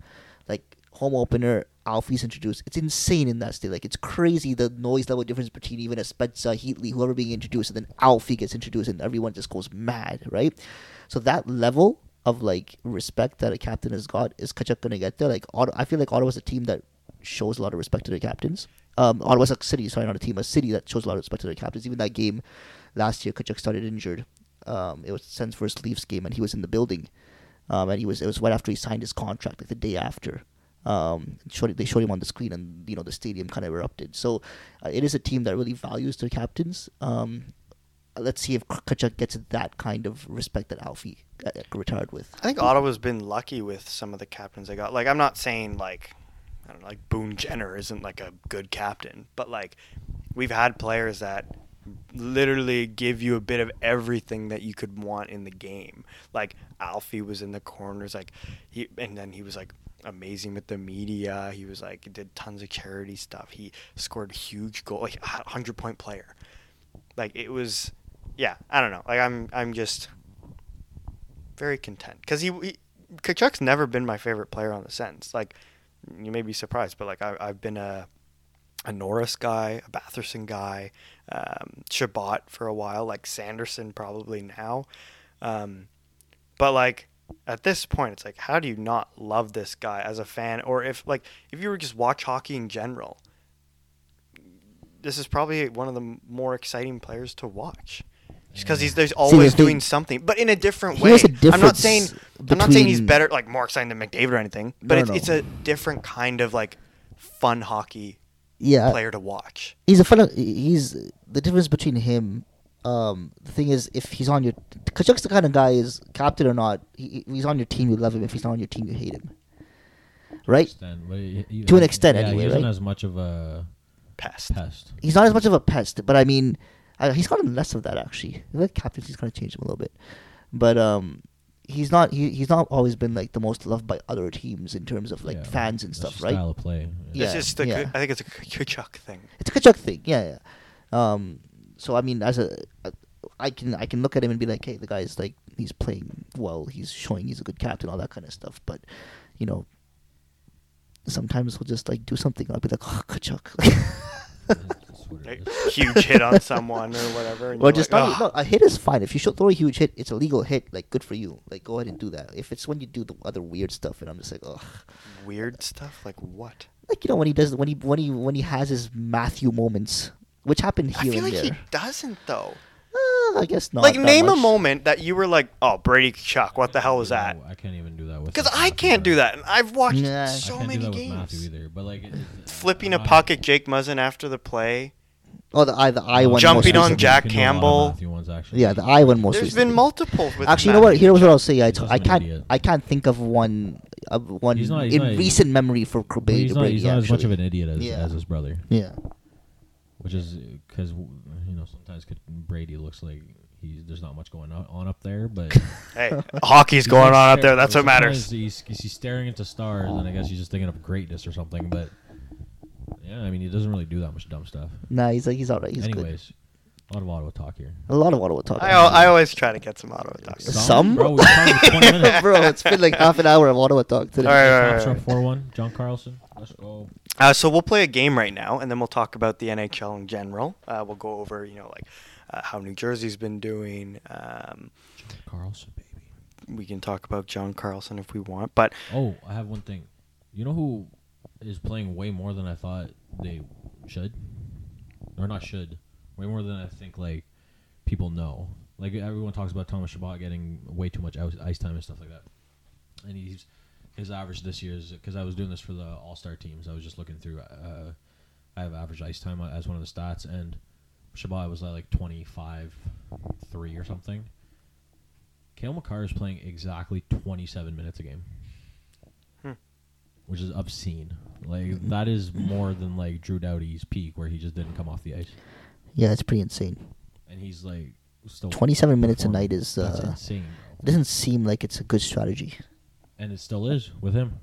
Like home opener, Alfie's introduced. It's insane in that state. Like it's crazy the noise level difference between even a Spezza, Heatley, whoever being introduced, and then Alfie gets introduced, and everyone just goes mad, right? So that level of like respect that a captain has got is Kachuk gonna get there? Like Ottawa, I feel like Ottawa's a team that shows a lot of respect to their captains. Um, Ottawa's a city, sorry, not a team, a city that shows a lot of respect to their captains. Even that game last year, Kachuk started injured. Um, it was Sens first Leafs game, and he was in the building. Um, and he was it was right after he signed his contract, like the day after. Um, showed it, they showed him on the screen, and you know the stadium kind of erupted. So uh, it is a team that really values their captains. Um, let's see if K- Kachuk gets that kind of respect that Alfie uh, retired with. I think Ottawa's been lucky with some of the captains they got. Like, I'm not saying like, I don't know, like Boone Jenner isn't like a good captain, but like, we've had players that literally give you a bit of everything that you could want in the game. Like Alfie was in the corners, like he, and then he was like amazing with the media. He was like did tons of charity stuff. He scored huge goal, like a hundred point player. Like it was, yeah. I don't know. Like I'm, I'm just very content because he, he Kachuk's never been my favorite player on the Sens. Like you may be surprised, but like I, I've been a a Norris guy, a Batherson guy, um, Shabbat for a while, like Sanderson probably now. Um, but like at this point, it's like how do you not love this guy as a fan, or if like if you were just watch hockey in general, this is probably one of the more exciting players to watch. Just because he's there's always the thing- doing something, but in a different He way. has a I'm not saying difference I'm not saying he's between- better, like more exciting than McDavid or anything, but No, it's, no. it's a different kind of like fun hockey Yeah, player to watch. he's a fellow. He's the difference between him. Um, the thing is, if he's on your Kachuk's the kind of guy is captain or not. He, he's on your team, you love him. If he's not on your team, you hate him. Right? Extent, but he- he- To an extent, yeah, anyway, He isn't right? as much of a Pest. pest. He's not as much of a pest, but I mean, uh, he's gotten less of that actually. The captaincy's kind of changed him a little bit, but um, he's not. He, he's not always been like the most loved by other teams in terms of like Yeah, fans and that's stuff, just right? Style of play. Yeah, it's just the yeah. I think it's a Kuchuk thing. It's a Kachuk thing, yeah, yeah. Um, so I mean, as a, I can I can look at him and be like, hey, the guy's like he's playing well, he's showing he's a good captain, all that kind of stuff. But you know, sometimes he'll just like do something. I'll be like, oh, *laughs* Kachuk. That's what it is. A huge hit on someone or whatever. and *laughs* well, you're just like, "Ah." not, "Ugh." no, a hit is fine. If you should throw a huge hit, it's a legal hit. Like, good for you. Like, go ahead and do that. If it's when you do the other weird stuff, and I'm just like, ugh. weird stuff like what? Like you know when he does when he when he when he has his Matthew moments, which happen I here feel like and he there. doesn't though. Uh, I guess not. like that name much. a moment that you were like, "Oh, Brady Kachuk, what the hell was that?" I can't even do that with Because like, I Matthew can't do Burke. that, and I've watched Nah. I I so can't do many that with Matthew games. either. Uh, But like it- *laughs* it- Flipping a I'm not- puck at Jake Muzzin after the play. Oh, the eye, the eye one. most Jumping on recently. Jack You can do a lot of Campbell. Matthew ones, actually. Yeah, the eye one most. There's recently. been multiple. With Actually, you know what? Matthew Here's what I'll say. I, He's t- just I an can't. idiot. I can't think of one. Of one He's not- he's in not- recent memory for Cr- But Brady. he's not, he's not as much of actually. an idiot as, Yeah. as his brother, Yeah. which is because you know sometimes could, Brady looks like he's there's not much going on, on up *laughs* there, but Hey, hockey's he's going like on up staring- there. That's what sometimes matters. He's, he's staring into stars, and I guess he's just thinking of greatness or something. But yeah, I mean, he doesn't really do that much dumb stuff. Nah, he's like he's all right. He's good. Anyways, a lot of Ottawa talk here. A lot of Ottawa talk. I, al- I always try to get some Ottawa talk. Some? bro, we talked *laughs* for 20 minutes. Bro, it's been like half an hour of Ottawa talk today. All right, all right, Caps all are right. up four one. John Carlson, let's go. Uh, so we'll play a game right now, and then we'll talk about the NHL in general. Uh, we'll go over, you know, like uh, how New Jersey's been doing. Um, John Carlson, baby. we can talk about John Carlson if we want, but Oh, I have one thing. You know who is playing way more than I thought they should, or not should, way more than I think like people know. Like everyone talks about Thomas Shabbat getting way too much ice ice time and stuff like that, and he's his average this year is because I was doing this for the All Star teams. I was just looking through. Uh, I have average ice time as one of the stats, and Shabbat was at like 25, three or something. Kale McCarr is playing exactly twenty seven minutes a game which is obscene. Like Mm-hmm. that is more than like Drew Doughty's peak, where he just didn't come off the ice, Yeah, that's pretty insane. and he's like still 27 minutes a performing. night is, That's uh, insane, It bro. doesn't seem like it's a good strategy. and it still is with him.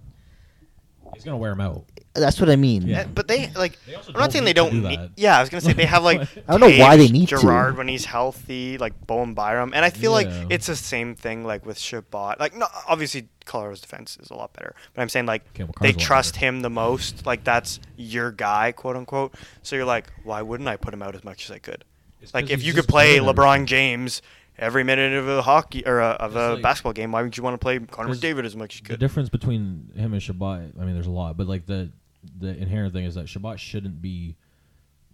He's gonna wear him out. That's what I mean. Yeah. Uh, but they like. They also I'm not saying they need to don't. do need, that. yeah, I was gonna say they have like. *laughs* I I don't know why they Tage, need to. Gerard when he's healthy, like Bowen Byram, and I feel like Yeah. it's the same thing like with Shabbat. Like, no, obviously Colorado's defense is a lot better, but I'm saying like Okay, well, they Carr's a lot trust better. him the most. Like that's your guy, quote unquote. So you're like, why wouldn't I put him out as much as I could? It's like 'cause if he's you just could play good at LeBron everything. James every minute of a hockey or a, of It's a like- basketball game, why would you want to play Connor 'Cause McDavid as much as you The could? difference between him and Shabbat, I mean, there's a lot, but like the the inherent thing is that Shabbat shouldn't be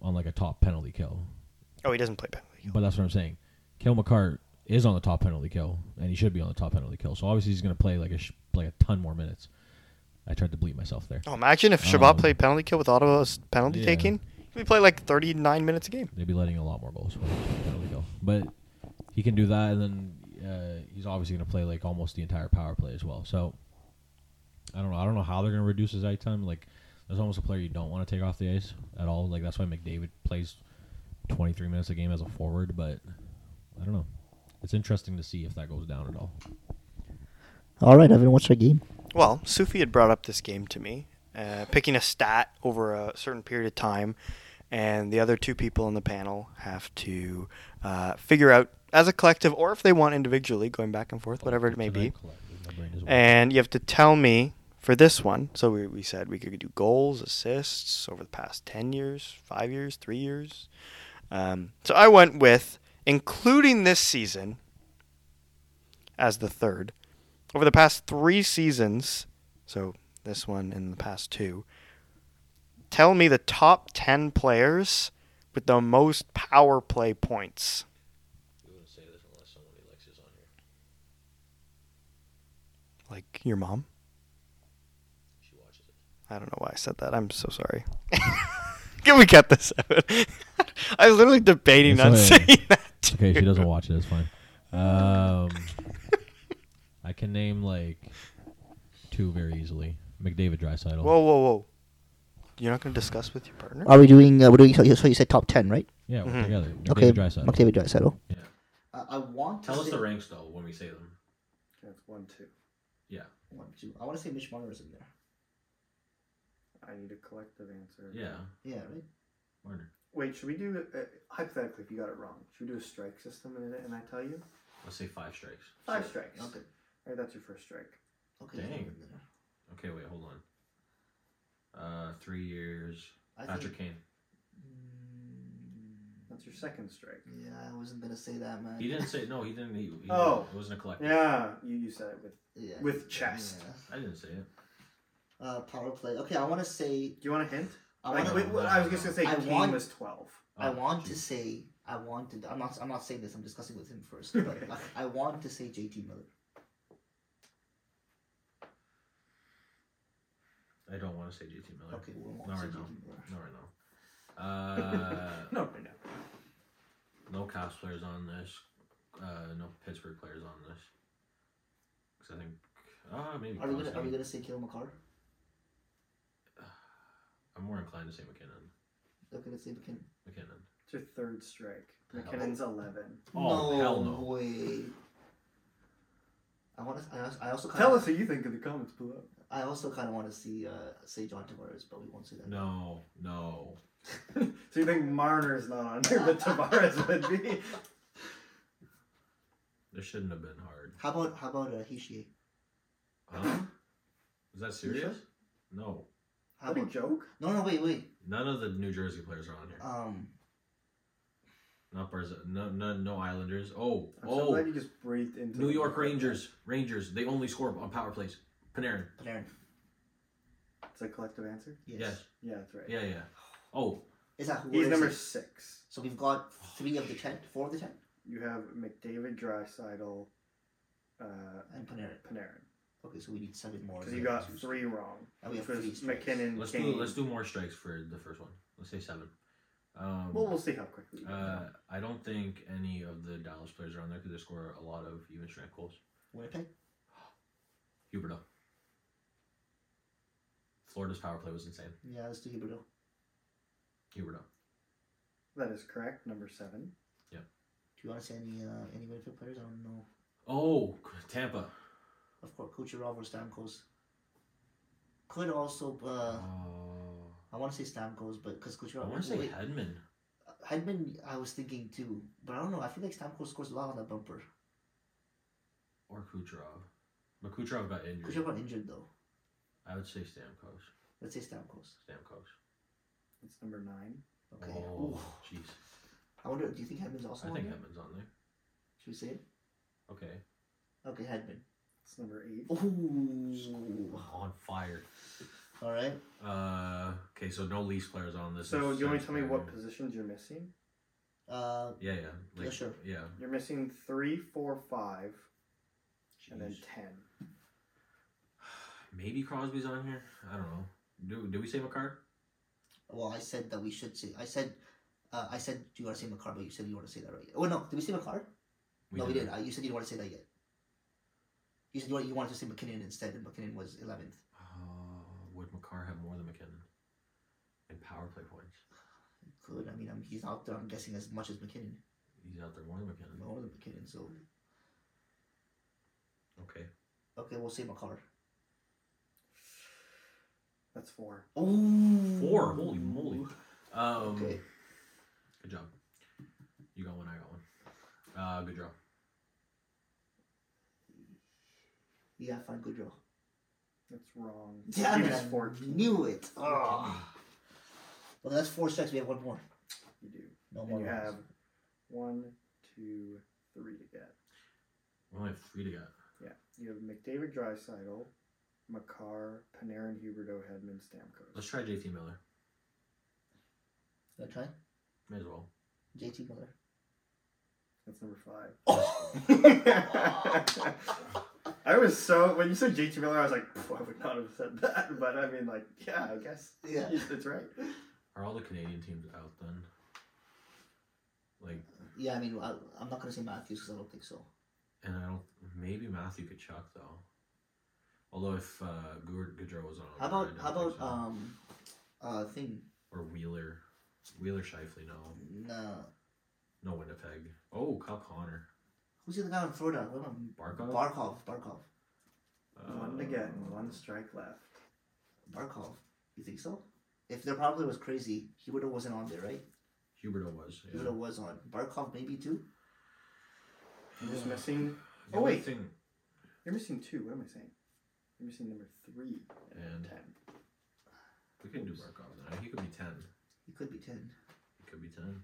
on like a top penalty kill. Oh, he doesn't play penalty. But that's what I'm saying. Kale McCart is on the top penalty kill, and he should be on the top penalty kill. So obviously he's going to play like a sh- like a ton more minutes. I tried to bleep myself there. Oh, imagine if Shabbat Um, played penalty kill with Ottawa's penalty yeah. taking. We play like 39 minutes a game. They'd be letting in a lot more goals. when he's on the penalty kill. But he can do that, and then uh, he's obviously going to play like almost the entire power play as well. So I don't know. I don't know how they're going to reduce his ice time. Like there's almost a player you don't want to take off the ice at all. Like that's why McDavid plays 23 minutes a game as a forward. But I don't know. It's interesting to see if that goes down at all. All right, Evan, what's our game? Well, Sufi had brought up this game to me, uh, picking a stat over a certain period of time, and the other two people on the panel have to uh, figure out as a collective or if they want individually, going back and forth, whatever it may be. And you have to tell me for this one. So we, we said we could do goals, assists over the past 10 years, five years, three years. Um, so I went with, including this season as the third, over the past three seasons, so this one and the past two, tell me the top 10 players with the most power play points. Like your mom? I don't know why I said that. I'm so sorry. *laughs* Can we cut this out? *laughs* I was literally debating It's on okay. saying that. It's okay, if she too. *laughs* doesn't watch it. It's fine. Um, I can name like two very easily. McDavid, Drysaddle. Whoa, whoa, whoa! You're not going to discuss with your partner? Are we doing? Uh, we're doing. So you, so you said top ten, right? yeah, we're Mhm. together. McDavid, Okay. Draisaitl. McDavid Draisaitl. Yeah. Uh, I want. ranks though when we say them. One two, Yeah. one two. I want to say Mitch Marner's in there. I need a collective answer. Yeah, right. Marner. Wait, should we do uh, hypothetically? If you got it wrong, should we do a strike system and, and I tell you Let's say five strikes. All right, that's your first strike. Okay. Dang. Okay, wait, hold on. Uh, three years. I Patrick think, Kane. That's your second strike. yeah, I wasn't gonna say that, man. He didn't say no. He didn't. He, he Oh. it wasn't a collective. Yeah, you, you said it with. Yeah. With chest. Yeah. I didn't say it. Uh, power play. Okay, I want to say. Do you want a hint? I like, wanna- wait, what- I was just gonna say I Kane want- was twelve. I Oh, want to geez. say I want to. I'm not. I'm not saying this. I'm discussing with him first. But I, I want to say JT Miller. I don't want to say JT Miller. Okay, we'll Not want to right say now. JT Miller. Not right now. Uh, No, no, no. no Cavs players on this. Uh, no Pittsburgh players on this. Because I think. Ah, maybe. Are we gonna Crosby. Are we gonna say Kill McCarr? I'm more inclined to say McKinnon. Okay, let's say McKinnon. McKinnon. It's your third strike. No. McKinnon's eleven. Oh, no hell no. way. I want to. I also. I also Tell kind us of. what you think in the comments below. I also kind of want to see. Uh, say John Tavares, but we won't say that. No, no. *laughs* So you think Marner's not on there, but Tavares would be? This shouldn't have been hard. How about How about uh, Hishier? Huh? Is that You sure? serious? No. How What a about joke! No, no, wait, wait. None of the New Jersey players are on here. Um, Not Barz- no, no, no Islanders. Oh, I'm so glad oh, you just breathed into New the- York Rangers. Rangers. They only score on power plays. Panarin. Panarin. It's a collective answer. Yes. Yes. Yeah, that's right. Yeah, yeah. Oh, Is that who? He's is number it? six. So we've got three of the ten, four of the ten, You have McDavid, Drysaitel, uh, and Panarin. Panarin. Okay, so we need seven Oh, more. Because you got three wrong. And we Which have was three strikes. McKinnon, let's Kane. do let's do more strikes for the first one. Let's say seven. Um, Well, we'll see how quickly. we uh, I don't think any of the Dallas players are on there because they score a lot of even strength goals. Winnipeg. Huberto. Florida's power play was insane. Yeah, let's do Huberto. Huberto. That is correct. Number seven. Do you want to say any uh, any Winnipeg players? I don't know. Oh, Tampa. Of course, Kucherov or Stamkos. Could also uh, Oh. I want to say Stamkos, but because Kucherov. Uh, I want to say wait, Hedman. Hedman. I was thinking too, but I don't know. I feel like Stamkos scores a lot on that bumper. Or Kucherov. But Kucherov got injured. Kucherov got injured though. I would say Stamkos. Let's say Stamkos. Stamkos. That's number nine. Okay. Oh, Ooh. jeez. I wonder. Do you think Hedman's also I on think there? Hedman's on there. Should we say it? Okay. Okay, Hedman. That's number eight. Oh, Ooh. On fire. All right. Uh, okay, so no Leafs players on this. So It's you want Stamkos to tell me what player. positions you're missing? Uh, Yeah, yeah. Yeah, sure. Yeah. You're missing three, four, five, and then Jeez. ten. Maybe Crosby's on here. I don't know. Do, do we say McCarr? well, I said that we should say. I said, uh, I said, do you want to say Makar? But you said you want to say that right. Oh no, did we say Makar? no, we didn't. Uh, you said you didn't want to say that yet. You said you wanted, you wanted to say McKinnon instead, and McKinnon was eleventh. Uh, would McCarr have more than McKinnon? In power play points. Good. I mean, I'm, he's out there. I'm guessing as much as McKinnon, He's out there more than McKinnon. more than McKinnon. So Okay. okay, we'll say Makar. That's four. Oh, Four. Holy moly. Um, Okay. Good job. You got one, I got one. Uh, good job. Yeah, fine. Good draw. That's *laughs* wrong. Damn you it! missed I fourteen. knew it. Oh. Well, that's four strikes. We have one more. You do. No And more. you rounds. have one, two, three to get. We only have three to get. You have McDavid, Drysaitel, Makar, Panarin, Huberto, Hedman, Stamkos. Let's try JT Miller. Wanna try May as well. JT *laughs* Miller. That's number five. I was so when you said JT Miller, I was like, "Pff, I would not have said that. *laughs* But I mean, like, yeah, I guess. Yeah. that's right. Are all the Canadian teams out then? Like, Yeah, I mean, I, I'm not gonna say Matthews because I don't think so. and I don't. Maybe Matthew could chuck though. Although if uh, Gour- Gaudreau was on, How I about don't how think about so. um, uh, thing? or Wheeler, Wheeler Shifley? No, Nah, no Winnipeg. Oh, Kyle Connor, who's the other guy in Florida? What am Barkov. Barkov, Barkov, Uh, One to get, and one strike left. Barkov. You think so? If there probably was crazy, Huberto wasn't on there, right? Huberto was. Yeah. Huberto was on. Barkov maybe too. You're just missing. Oh The only wait, thing- you're missing two. What am I saying? You're missing number three and And- ten. we can do Barkov now. He could be ten. He could be ten. He could be ten.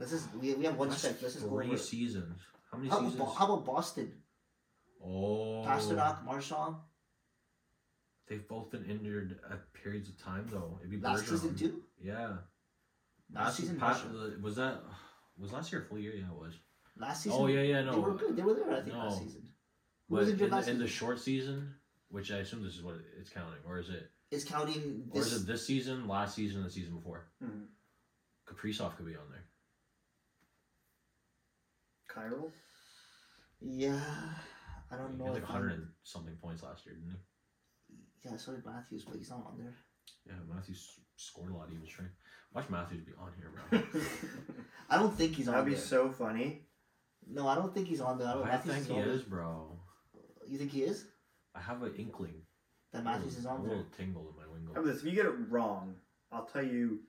Let's just we, we have one That's step. Let's just go three over. it. seasons. How many How about, seasons? Bo- how about Boston? oh, Pasternak, Marchand, They've both been injured at periods of time though. It'd be last Bergeron. season too. Yeah. Last season, Pas- Marchand. was that was last year a full year? Yeah, it was. Last season. Oh yeah, yeah, no. They were good. They were there. I think No. last season. Who But was in, injured last the, in the season? short season, which I assume this is what it's counting, or is it, Is counting or is this? it this season, last season, the season before? Mm-hmm. Hmm. Kaprizov could be on there. Cairo. Yeah, I don't He know. had like if 100 I'm- and something points last year, didn't he? Yeah, so did Matthews, but he's not on there. Yeah, Matthews scored a lot. He was trying. Watch Matthews be on here, *laughs* bro. I don't think he's on *laughs* That'd be there. so funny. No, I don't think he's on there. I don't. I Matthews think is he on is, bro. there. You think he is? I have an inkling. Hmm. That Matthews is a on little there. tingle in my How Oh, wingle. about this? If you get it wrong, I'll tell you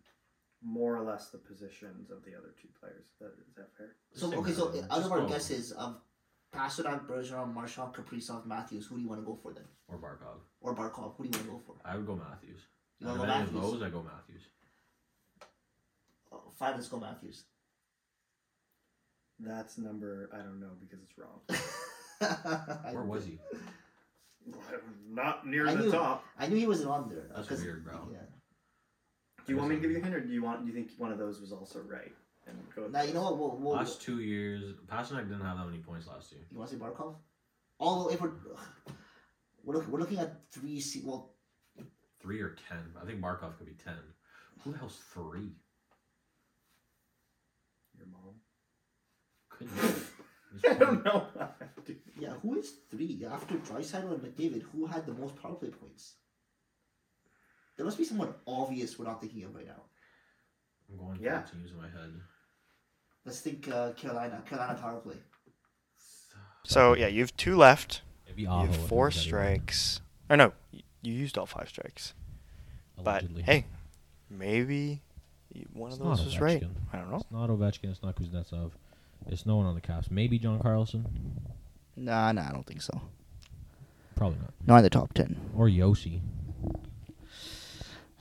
more or less the positions of the other two players. That is that fair? So Same okay, so time. out Just of our go. guesses of Pasternak, Bergeron, Marchand, Kaprizov, Matthews, who do you want to go for then? Or Barkov. Or Barkov? Who do you want to go for? I would go Matthews. You Out want to of go any of Matthews? those, I go Matthews. Oh, fine, let's go Matthews. *laughs* That's number I don't know because it's wrong. Where was he? *laughs* Not near I the knew, top. I knew he wasn't on there. uh, That's 'cause- weird, bro. Yeah. Do you want me to give you a hint, or do you want? Do you think one of those was also right? And go. with Now that? you know what? We'll, we'll, Last two years, Pasternak didn't have that many points last year. You want to say Barkov? Although if we're we're, look, we're looking at three. Se- well, Three or ten. I think Barkov could be ten. Who the hell's three? Your mom. Couldn't. *laughs* There's *laughs* I don't plenty- *laughs* know. Dude, yeah, who is three after Drysdale and McDavid? Who had the most power play points? There must be someone obvious we're not thinking of right now. I'm going Yeah. for teams in my head. Let's think uh, Carolina. Carolina power play. So yeah, you have two left. It'd be You have four strikes. Or no, y- you used all five strikes. But hey, maybe y- one of It's not those was right. Ovechkin. I don't know. *laughs* It's not Ovechkin. It's not Kuznetsov. It's no one on the Caps. Maybe John Carlson. Nah, nah, I don't think so. Probably not. Not in the top ten. Or Yossi.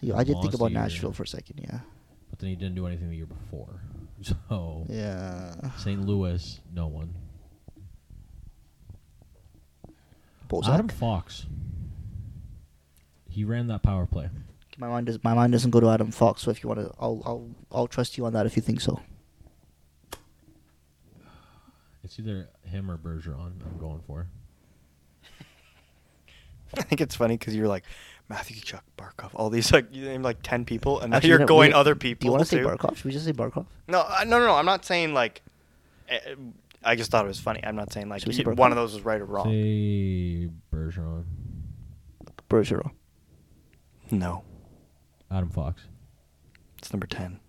Yeah, I did think Lost about either. Nashville for a second. Yeah, But then he didn't do anything the year before. *laughs* So yeah. St. Louis, no one. Bozak. Adam Fox. He ran that power play. My mind does. My mind doesn't go to Adam Fox. So if you want to, I'll, I'll, I'll trust you on that if you think so. It's either him or Bergeron. I'm going for. I think it's funny because you're like Matthew Chuck Barkov, all these like you named like ten people, and now Actually, you're no, going wait, other Do people. you want to say too. Barkov? Should we just say Barkov? No, I- no, no, no. I'm not saying like. eh, I just thought it was funny. I'm not saying like Should we say y- one Barkov? of those was right or wrong. Say Bergeron. Bergeron. No, Adam Fox. it's number ten.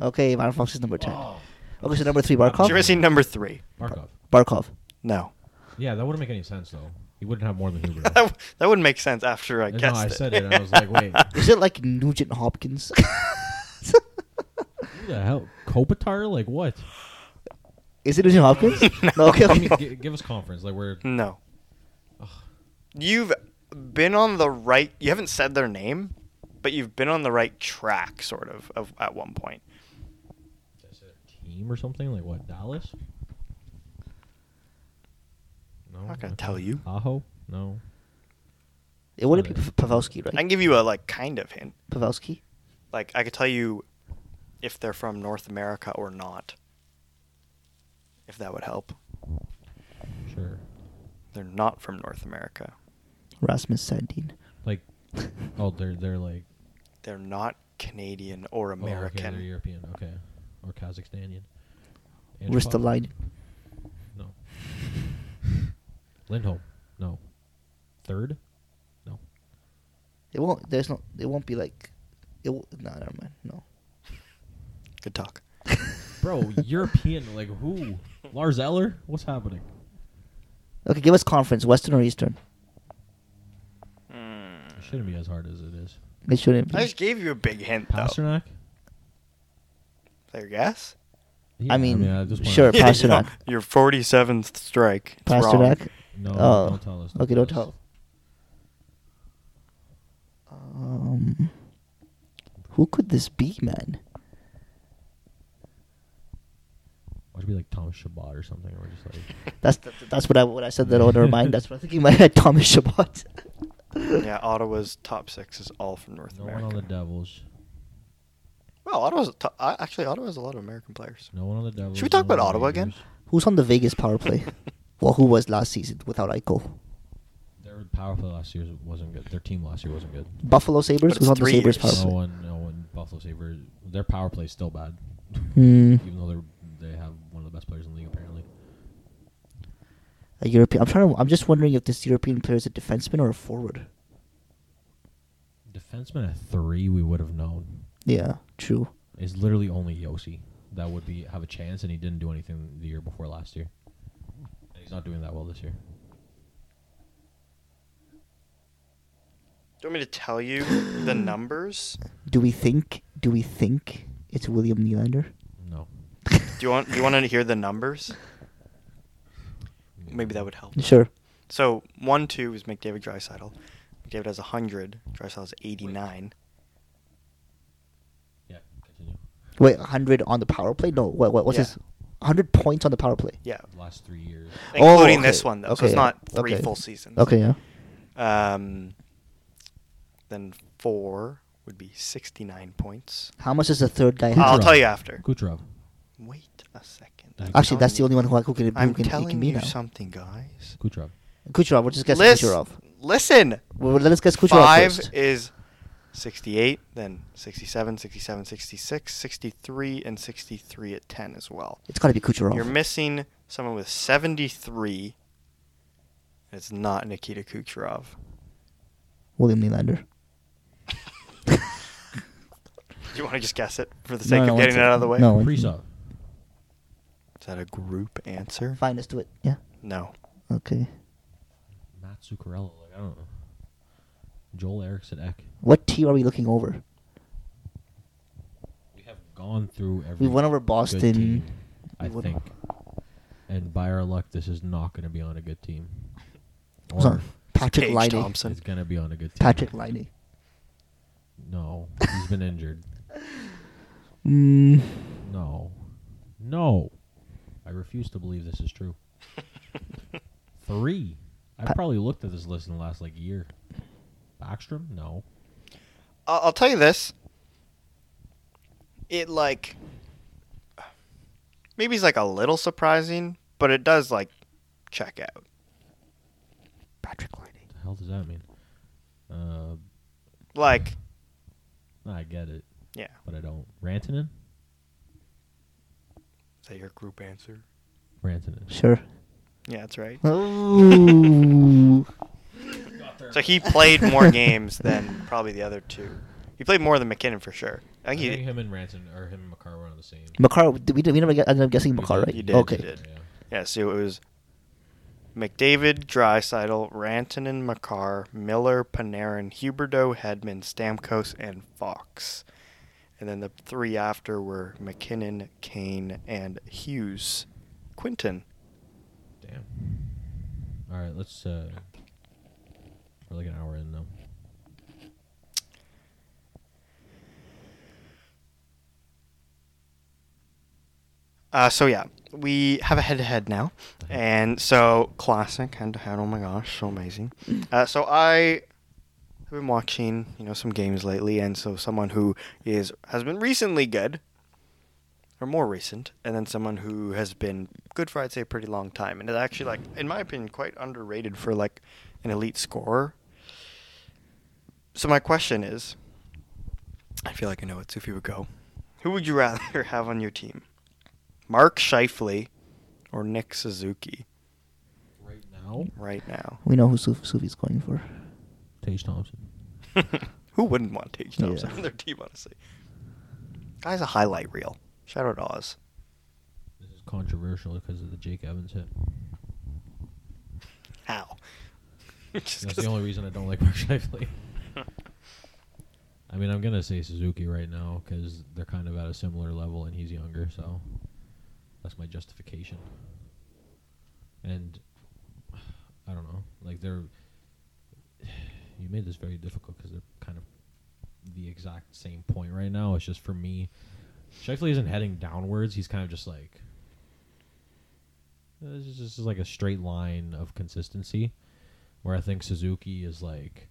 Okay, Adam Fox is number ten. Oh. Okay, so number three, Barkov. Did you ever see number three? Barkov. Barkov. No, Yeah, that wouldn't make any sense though. He wouldn't have more than *laughs* that, Huberto. w- that wouldn't make sense after I no, guessed I it. said it. I was *laughs* like, wait, Is it like Nugent Hopkins? *laughs* who the hell? Kopitar? *laughs* Like what? is it Nugent Hopkins? no. Okay. I mean, okay. gi- give us conference. Like we're No. You've been on the right. You haven't said their name, but you've been on the right track, sort of, of at one point. team or something. Like what? Dallas? No. I'm not gonna tell you. Aho? No. It wouldn't be P- Pavelski, I right? can give you a like kind of hint. Pavelski. Like I could tell you if they're from North America or not. If that would help. Sure. They're not from North America. Rasmus Sandin. Like, oh, they're they're like They're not Canadian or oh, okay, American. they're European. Okay, or Kazakhstanian. Andrew Pop- Ristolainen. No. Lindholm. No. Third. No. It won't. There's no. It won't be like. It. W- no, never mind. No. Good talk. Bro, European. Like *laughs* who? Lars Eller? What's happening? Okay, give us conference. Western or Eastern? It shouldn't be as hard as it is. It shouldn't be. I just gave you a big hint, though. Is Pasternak. that your guess? Yeah, mean, at this point, sure. *laughs* I'm- Yeah, you Pasternak. know, your 47th strike. It's wrong. Pasternak. No, Oh, don't tell us. Okay, don't us. tell. Um, Who could this be, man? Watch it be like Thomas Shabbat or something, or just like That's that's what I when I said that on our mind. That's what I'm thinking in my head. Thomas Shabbat. yeah, Ottawa's top six is all from North no America. one on the Devils, well, Ottawa's a to- I- actually Ottawa has a lot of American players. no one on the Devils. we talk no about one on the Ottawa again? Rangers. *laughs* Who's on the Vegas power play? well, who was last season without Eichel? Their power play last year wasn't good. Their team last year wasn't good. Buffalo Sabres But it's was on the three Sabres years. power No play. one, no one. Buffalo Sabres, their power play is still bad, Hmm. even though they they have one of the best players in the league apparently. A European. I'm trying to. I'm just wondering if this European player is a defenseman or a forward. Defenseman at three, we would have known. Yeah, true. It's literally only Yossi that would be have a chance, and he didn't do anything the year before last year. And he's not doing that well this year. Do you want me to tell you the numbers? Do we think? Do we think it's William Nylander? No. Do you want do you want to hear the numbers? Maybe that would help. Sure. So one two is McDavid Drysaddle. McDavid has hundred. Drysaddle has eighty nine. Yeah. Continue. Wait, 100 on the power play? No. What? what what's Yeah. his? 100 points on the power play. Yeah, Last three years. Oh, including okay. this one though. so Okay, it's not three okay. full seasons. Okay. Yeah. Um, then four would be sixty nine points. How much does the third guy I'll have? tell you after. Kucherov. Wait a second. Actually, Actually, I'm that's the telling only you- one who, I- who can. Who I'm can, he telling can be you now. something, guys. Kucherov. Kucherov. We're just guessing Listen- Kucherov. Listen. Well, let's guess Kucherov Five first. is 68, then 67, 67, 66, 63, and 63 at 10 as well. It's got to be Kucherov. You're missing someone with 73. and It's not Nikita Kucherov. *laughs* William Nylander. Do you want to just guess it for the No, sake no, of one getting it second. out of the way? No. one- Kaprizov. Is that a group answer? Fine, let's do it. Yeah. No. Okay. Matt Zuccarello. Like, I don't know. Joel Erickson Ek. What team are we looking over? We have gone through every. went over good Boston. team, I We went- think. And by our luck, this is not going to be on a good team. Who's on? Or Patrick Paige Liney. Thompson. it's going to be on a good team. Patrick Liney. No, he's been injured. Mm, No, no, I refuse to believe this *laughs* is true. Three. I Pa- probably looked at this list in the last like year. Backstrom? No. I'll, I'll tell you this. It like maybe it's like a little surprising, but it does like check out. Patrick Liney. The hell does that mean? Uh, Like I get it, yeah, but I don't. Rantanen. is that your group answer? Rantanen. Sure. Yeah, that's right. *laughs* Oh. So he played more games than probably the other two. He played more than McKinnon for sure. I I think he, think him and Rantanen or him and McCarr were on the same. McCarr. Did we, we never get, ended up guessing We McCarr, did, right? You did, you okay. did. Yeah. yeah. So it was McDavid, Drysidel, Rantanen, Makar, Miller, Panarin, Huberdeau, Hedman, Stamkos, and Fox. And then the three after were McKinnon, Kane, and Hughes, Quinton. Damn. All right, let's. uh We're like an hour in now. Uh, so yeah, we have a head-to-head now, and so classic head-to-head. Oh my gosh, so amazing. Uh, so I have been watching, you know, some games lately, and so someone who is has been recently good, or more recent, and then someone who has been good for I'd say a pretty long time, and is actually like, in my opinion, quite underrated for like an elite scorer. So my question is, I feel like I know it. Sophie would go. Who would you *laughs* rather have on your team? Mark Shifley or Nick Suzuki Right now, right *laughs* now? We know who Suf- Sufi's going for. Tage Thompson. Who wouldn't want Tage Thompson Yeah. on their team, honestly? Guy's a highlight reel. Shout out Oz. This is controversial because of the Jake Evans hit. How? *laughs* Just That's 'cause- the only reason I don't like *laughs* Mark Scheifele. I mean, I'm gonna say Suzuki right now because they're kind of at a similar level and he's younger, so that's my justification. And *sighs* I don't know, like they're. You made this very difficult because they're kind of the exact same point right now. It's just for me, Shifley isn't heading downwards. He's kind of just like this is just like a straight line of consistency. Where I think Suzuki is like,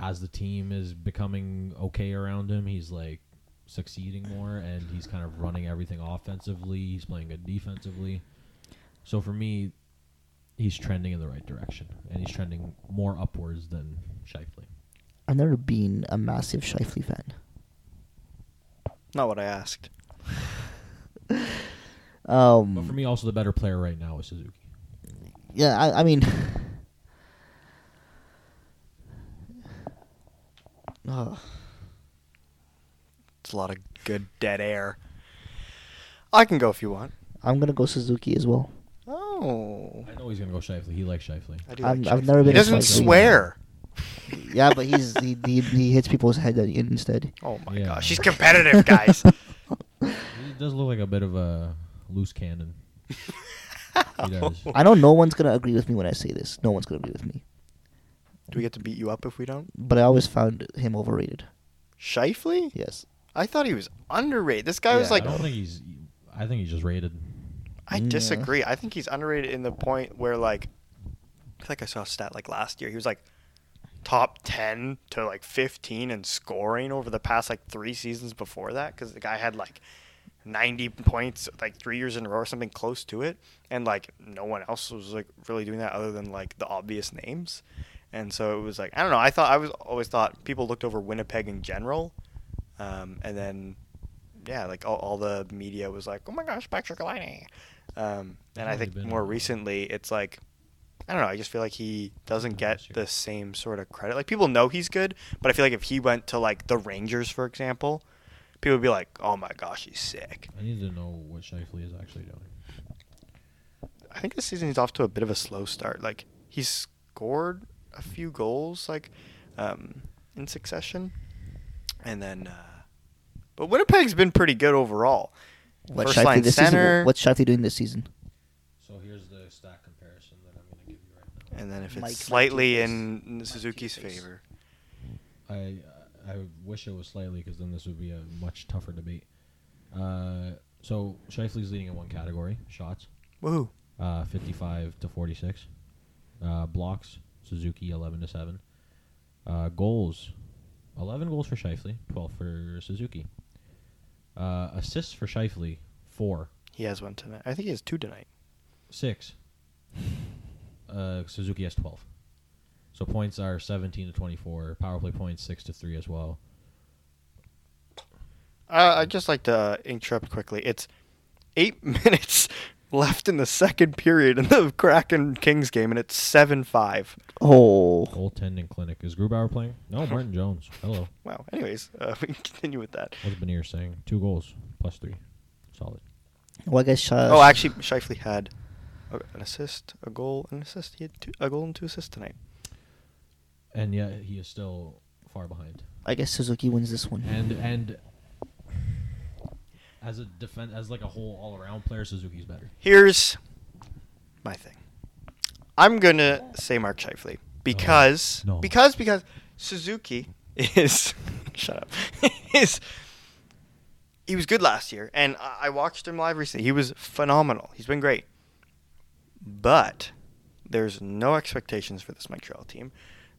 as the team is becoming okay around him, he's like succeeding more and he's kind of running everything offensively. He's playing good defensively. So for me, he's trending in the right direction and he's trending more upwards than Shifley. I've never been a massive Shifley fan. Not what I asked. Um, But for me, also the better player right now is Suzuki. yeah, I, I mean, *sighs* Ugh. It's a lot of good dead air. I can go if you want. I'm gonna go Suzuki as well. Oh, I know he's gonna go Shifley. He likes Shifley. I do. I'm- like I've Shifley. never been He a doesn't Shifley fan. swear. Yeah, but he's he, he, he hits people's head in- instead. Oh my Yeah. gosh, he's *laughs* competitive, guys. He does look like a bit of a loose cannon. He does. I know no one's gonna agree with me when I say this. No one's gonna agree with me. do we get to beat you up if we don't? But I always found him overrated. Shifley? Yes. I thought he was underrated. This guy Yeah, was I like, don't think he's. I think he's just rated. I Yeah. disagree. I think he's underrated in the point where like, I think I saw a stat like last year. He was like top ten to like fifteen in scoring over the past like three seasons before that because the guy had like. 90 points like three years in a row or something close to it and like no one else was like really doing that other than like the obvious names and so it was like i don't know i thought i was always thought people looked over winnipeg in general um, and then yeah like all, all the media was like oh my gosh patrick Liney. um and i Really think been more around. recently it's like i don't know i just feel like he doesn't Not get this year. the same sort of credit like people know he's good but i feel like if he went to like the rangers for example people would be like oh my gosh he's sick I need to know what Shifley is actually doing. I think this season he's off to a bit of a slow start. Like he's scored a few goals like um, in succession, and then uh, but Winnipeg's been pretty good overall. What First Shifley line this center, season? What's Shifley doing this season? So here's the stat comparison that I'm gonna give you right now. and then if it's Mike, Mike slightly Hughes. in Suzuki's Hughes. favor, I I wish it was slightly because then this would be a much tougher debate. Uh, so Shifley's leading in one category, shots, woohoo! uh, 55 to 46, uh, blocks, Suzuki 11 to 7, uh, goals, 11 goals for Shifley, 12 for Suzuki, uh, assists for Shifley, four, He has one tonight. I think he has two tonight. six. Uh, Suzuki has 12. So points are 17 to 24. Power play points 6 to 3 as well. Uh, I'd just like to uh, interrupt quickly. It's eight *laughs* minutes left in the second period in the Kraken Kings game, and it's seven five. Oh, Goaltending clinic. Is Grubauer playing? No, Martin Jones. Hello. Wow. Anyways, uh, *laughs* we can continue with that. What's Benier saying? Two goals plus three. Solid. well, I guess. Sh- Oh, actually, Shifley had a, an assist, a goal, an assist. He had two, a goal and two assists tonight. And yet he is still far behind. I guess Suzuki wins this one. And and as a defense, as like a whole all around player, Suzuki's better. Here's my thing. I'm gonna say Mark Shifley because No. because because Suzuki is *laughs* shut up is he was good last year and I, I watched him live recently. He was phenomenal. He's been great, but there's no expectations for this Montreal team.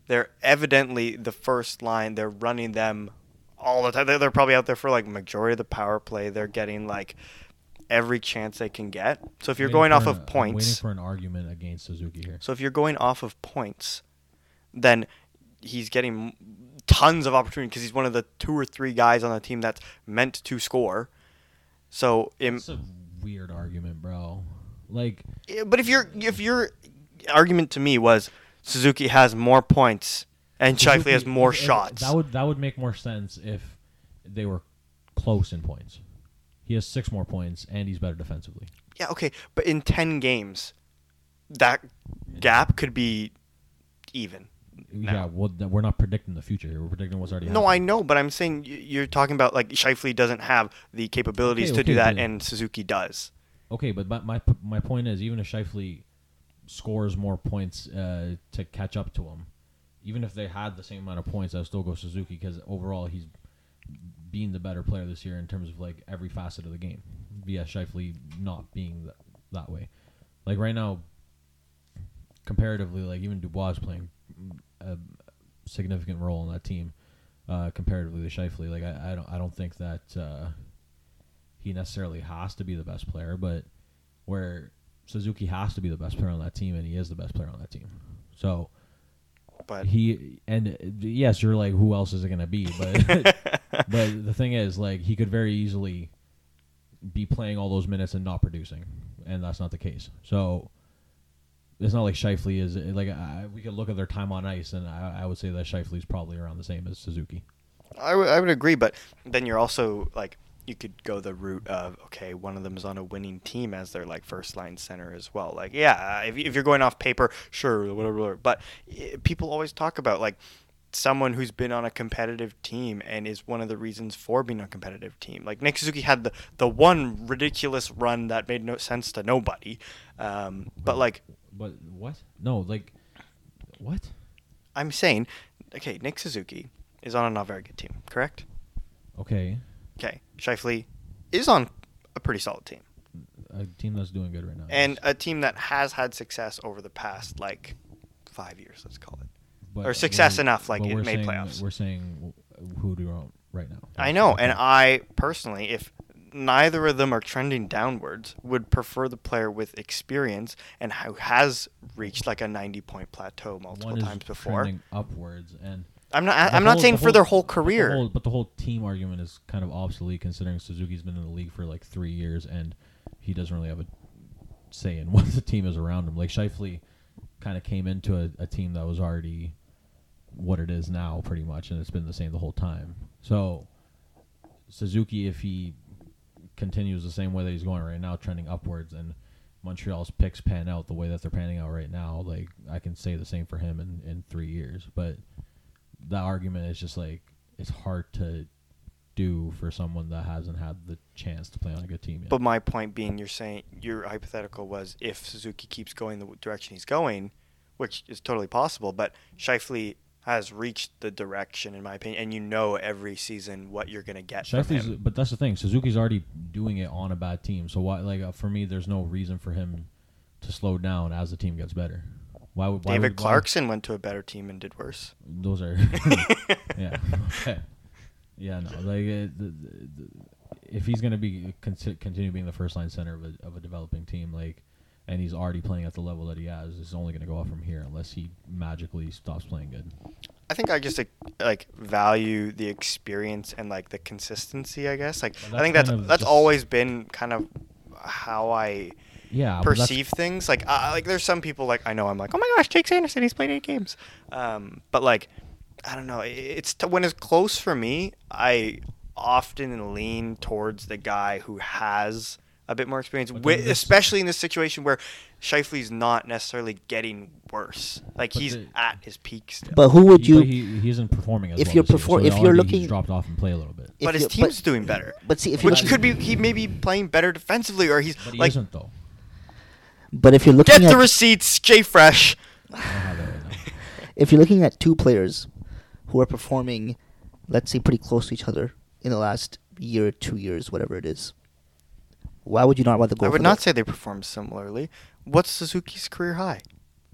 They're evidently the first line. They're running them all the time. They're, they're probably out there for like majority of the power play. They're getting like every chance they can get. So if you're Waiting going for off an- of I'm waiting points, for an argument against Suzuki here. so if you're going off of points, then he's getting tons of opportunity because he's one of the two or three guys on the team that's meant to score. So, im- It's a weird argument, bro. Like but if your if your argument to me was Suzuki has more points and Shifley has Suzuki- more if- if- shots, uh, That would that would make more sense if they were close in points. He has six more points, and he's better defensively. yeah, okay, but in ten games, that gap could be even. Yeah, well, th- we're not predicting the future here. We're predicting what's already. No, I happened. know, but I'm saying y- you're talking about like Shifley doesn't have the capabilities Okay, to do okay, that, yeah. and Suzuki does. Okay, but my my, my point is, even if Shifley scores more points uh, to catch up to him, even if they had the same amount of points, I would still go Suzuki because overall he's being the better player this year in terms of like every facet of the game. vs Shifley not being th- that way. Like right now, comparatively, like even Dubois is playing a significant role in that team. Uh, comparatively to Shifley, like I, I don't I don't think that uh, he necessarily has to be the best player, but where Suzuki has to be the best player on that team, and he is the best player on that team. So But he and uh, yes, you're like, who else is it gonna be? But but the thing is, like, he could very easily be playing all those minutes and not producing, and that's not the case. So it's not like Shifley is like I, we could look at their time on ice, and I, I would say that Shifley's probably around the same as Suzuki. I would- I would agree, but then you're also like you could go the route of okay, one of them is on a winning team as their like first line center as well. Like yeah, if, if you're going off paper, sure, whatever, whatever. But eh, people always talk about like someone who's been on a competitive team and is one of the reasons for being on a competitive team. Like Nick Suzuki had the the one ridiculous run that made no sense to nobody. Um, but like But what? No, like what? I'm saying, okay, Nick Suzuki is on a not very good team, correct? Okay, Okay, Shifley is on a pretty solid team. a team that's doing good right now. and yes. a team that has had success over the past like five years, let's call it. But or success we're- enough, like, but it we're made saying- playoffs. We're saying who do you want right now? I know, and I personally, if neither of them are trending downwards, would prefer the player with experience and who has reached like a ninety-point plateau multiple One is times before. trending upwards, and I'm not. The I'm not whole- saying the for their whole but the career. whole- but the whole team argument is kind of obsolete considering Suzuki's been in the league for like three years and he doesn't really have a say in *laughs* what the team is around him. Like Shifley kind of came into a, a team that was already what it is now, pretty much, and it's been the same the whole time. So Suzuki, if he continues the same way that he's going right now, trending upwards, and Montreal's picks pan out the way that they're panning out right now, like I can say the same for him in, in three years. But the argument is just like it's hard to do for someone that hasn't had the chance to play on a good team yet. But my point being, you're saying your hypothetical was if Suzuki keeps going the direction he's going, which is totally possible. But Shifley has reached the direction, in my opinion, and you know every season what you're gonna get from Shifley's, him. but that's the thing. Suzuki's already doing it on a bad team. So why, like uh, for me, there's no reason for him to slow down as the team gets better. Why would why David would, why- Clarkson went to a better team and did worse. those are *laughs* yeah okay. yeah no like uh, the, the, the, if he's gonna be consi- continue being the first line center of a, of a developing team like and he's already playing at the level that he has it's only gonna go up from here unless he magically stops playing good I think I just like, like value the experience and like the consistency. I guess like Well, I think that's that's kind of that's just- always been kind of how I yeah but that's- perceive things. Like, I, I- like there's some people like I know I'm like, oh my gosh, Jake Sanderson, he's played eight games. Um, but like, I don't know. i- It's t- when it's close for me, I often lean towards the guy who has a bit more experience, But wi- then this- especially in this situation where Shifley's not necessarily getting worse. Like But he's the- at his peak still. But, But who would he, you? but he, he isn't performing as if well you're this year, so perfor- if already you're he's looking- dropped off and play a little bit if his you- team's doing better. But see, if you Which look- could be he may be playing better defensively, or he's but he like isn't though But if you're looking get at the receipts, Jay Fresh. I don't have that right now. *laughs* if you're looking at two players who are performing, let's say, pretty close to each other in the last year, two years, whatever it is, why would you not rather go? I for would not the- say they perform similarly. What's Suzuki's career high?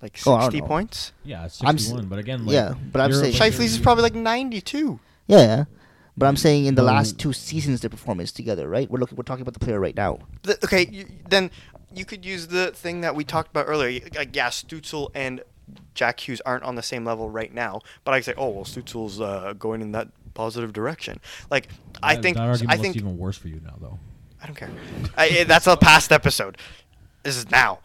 Like Oh, I don't 60 know. points? yeah it's I'm s- 61 but again like, yeah, but I'm you're- saying- you're- Shifley's is probably like 92. Yeah, yeah. But I'm saying in the But last w- two seasons, their performance together, right? We're looking, we're talking about the player right now. The, okay, you, then you could use the thing that we talked about earlier. Y- Like, yeah, Stutzel and Jack Hughes aren't on the same level right now, but I could say, oh, well, Stutzel's uh, going in that positive direction. Like, I that- think, that argument I looks think, even worse for you now though I don't care. *laughs* I, I- that's a past episode. This is now,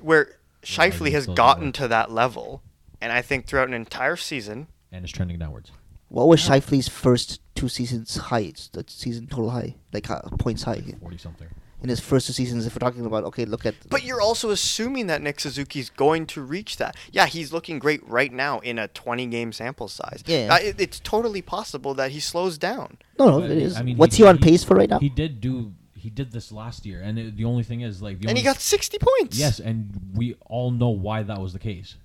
where Shifley argument has still doesn't gotten work. to that level, and I think throughout an entire season, and it's trending downwards What was Shifley's first two seasons highs? The season total high, like uh, points high 40 something in his first two seasons. If we're talking about, okay, look at. But you're also assuming that Nick Suzuki's going to reach that. Yeah, he's looking great right now in a 20 game sample size. Yeah. Uh, it- it's totally possible that he slows down. no, no, But, it is. mean, What's he, on pace for right now? *laughs* He did do. He did this last year, and it, the only thing is, like, the And only, he got 60 points. yes, and we all know why that was the case.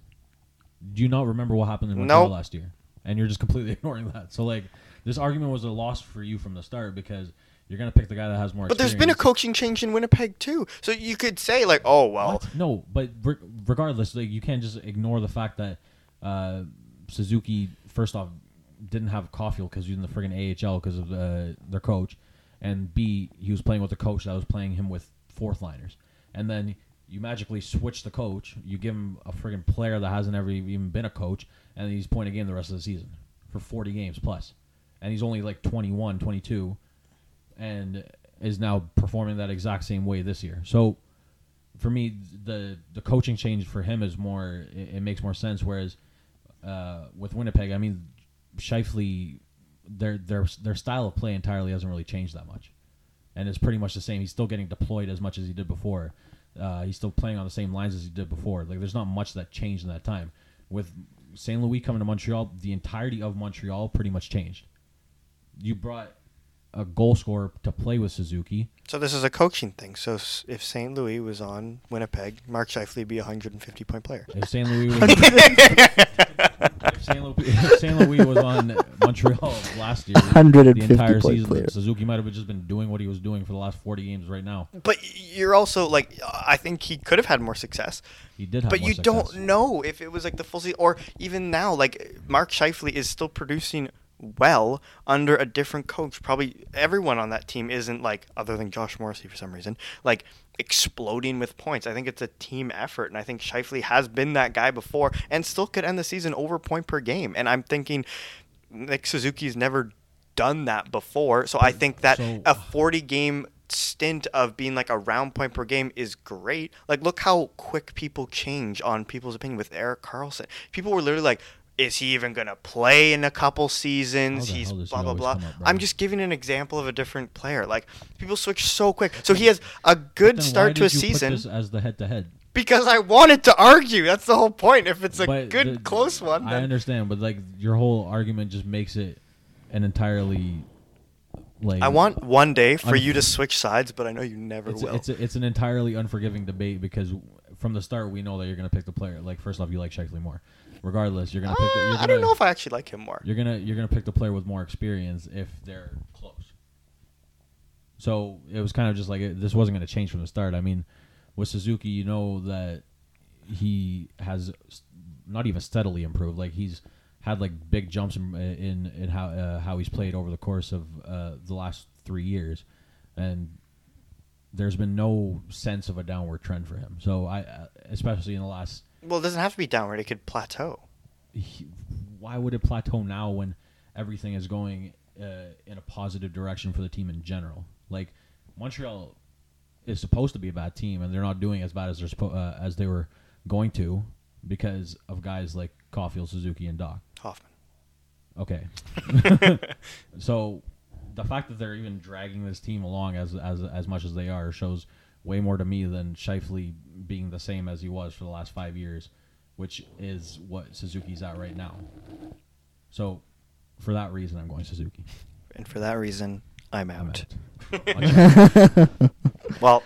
do you not remember what happened in Montreal Nope. last year? And you're just completely *laughs* ignoring that. So like this argument was a loss for you from the start because you're gonna pick the guy that has more. But there's been a experience. coaching change in Winnipeg too, so you could say like, oh well, What? No, but re- regardless, like you can't just ignore the fact that uh, Suzuki first off didn't have Caulfield because he's in the friggin' AHL because of uh, their coach, and B he was playing with a coach that was playing him with fourth liners, and then you magically switch the coach, you give him a friggin' player that hasn't ever even been a coach, and he's playing a game the rest of the season for 40 games plus, and he's only like 21, 22, and is now performing that exact same way this year. So for me, the the coaching change for him is more. It, it makes more sense. Whereas uh, with Winnipeg, I mean, Shifley, their their their style of play entirely hasn't really changed that much, and it's pretty much the same. He's still getting deployed as much as he did before. Uh, he's still playing on the same lines as he did before. Like there's not much that changed in that time. With St. Louis coming to Montreal, the entirety of Montreal pretty much changed. You brought a goal scorer to play with Suzuki. so this is a coaching thing. So s- if St. Louis was on Winnipeg, Mark Scheifele would be a 150 point player. If St. Louis was, if St. Louis, if St. Louis was on Montreal last year, the 150 entire point season, player. Suzuki might have just been doing what he was doing for the last 40 games right now. But you're also like, I think he could have had more success. He did have But more you success. don't know if it was like the full season, or even now, like Mark Scheifele is still producing well under a different coach. Probably everyone on that team isn't like, other than Josh Morrissey for some reason, like exploding with points. I think it's a team effort, and I think Scheifele has been that guy before, and still could end the season over point per game. And I'm thinking, like Suzuki's never done that before, so I think that So- a 40 game stint of being like a round point per game is great. Like, look how quick people change on people's opinion with Eric Carlson. People were literally like, is he even going to play in a couple seasons? How the He's hell does he blah, blah, always blah. come up, I'm Brian? just giving an example of a different player. Like, people switch so quick. So he has a good Then why start to a did you put season this as the head-to-head. because I wanted to argue. That's the whole point. If it's a But good, the- close one, I then. understand, but like your whole argument just makes it an entirely like I want one day for Un- you to switch sides, but I know you never it's, will. it's, it's an entirely unforgiving debate because from the start we know that you're going to pick the player. Like first off, you like Shifley more. Regardless, you're going to pick. The, Uh, you're I don't gonna- know if I actually like him more. You're gonna you're gonna pick the player with more experience if they're close. So it was kind of just like it, this wasn't gonna change from the start. I mean, with Suzuki, you know that he has s- not even steadily improved. Like he's had like big jumps in in, in how uh, how he's played over the course of uh, the last three years, and there's been no sense of a downward trend for him. So I, uh, especially in the last Well, it doesn't have to be downward. It could plateau. he- why would it plateau now when everything is going uh, in a positive direction for the team in general? Like Montreal is supposed to be a bad team, and they're not doing as bad as they're suppo- uh, as they were going to because of guys like Caulfield, Suzuki, and Doc. Hoffman. *laughs* Okay, so the fact that they're even dragging this team along as as as much as they are shows way more to me than Shifley being the same as he was for the last five years, which is what Suzuki's at right now. So, for that reason, I'm going Suzuki. And for that reason, I'm I'm out. out. well,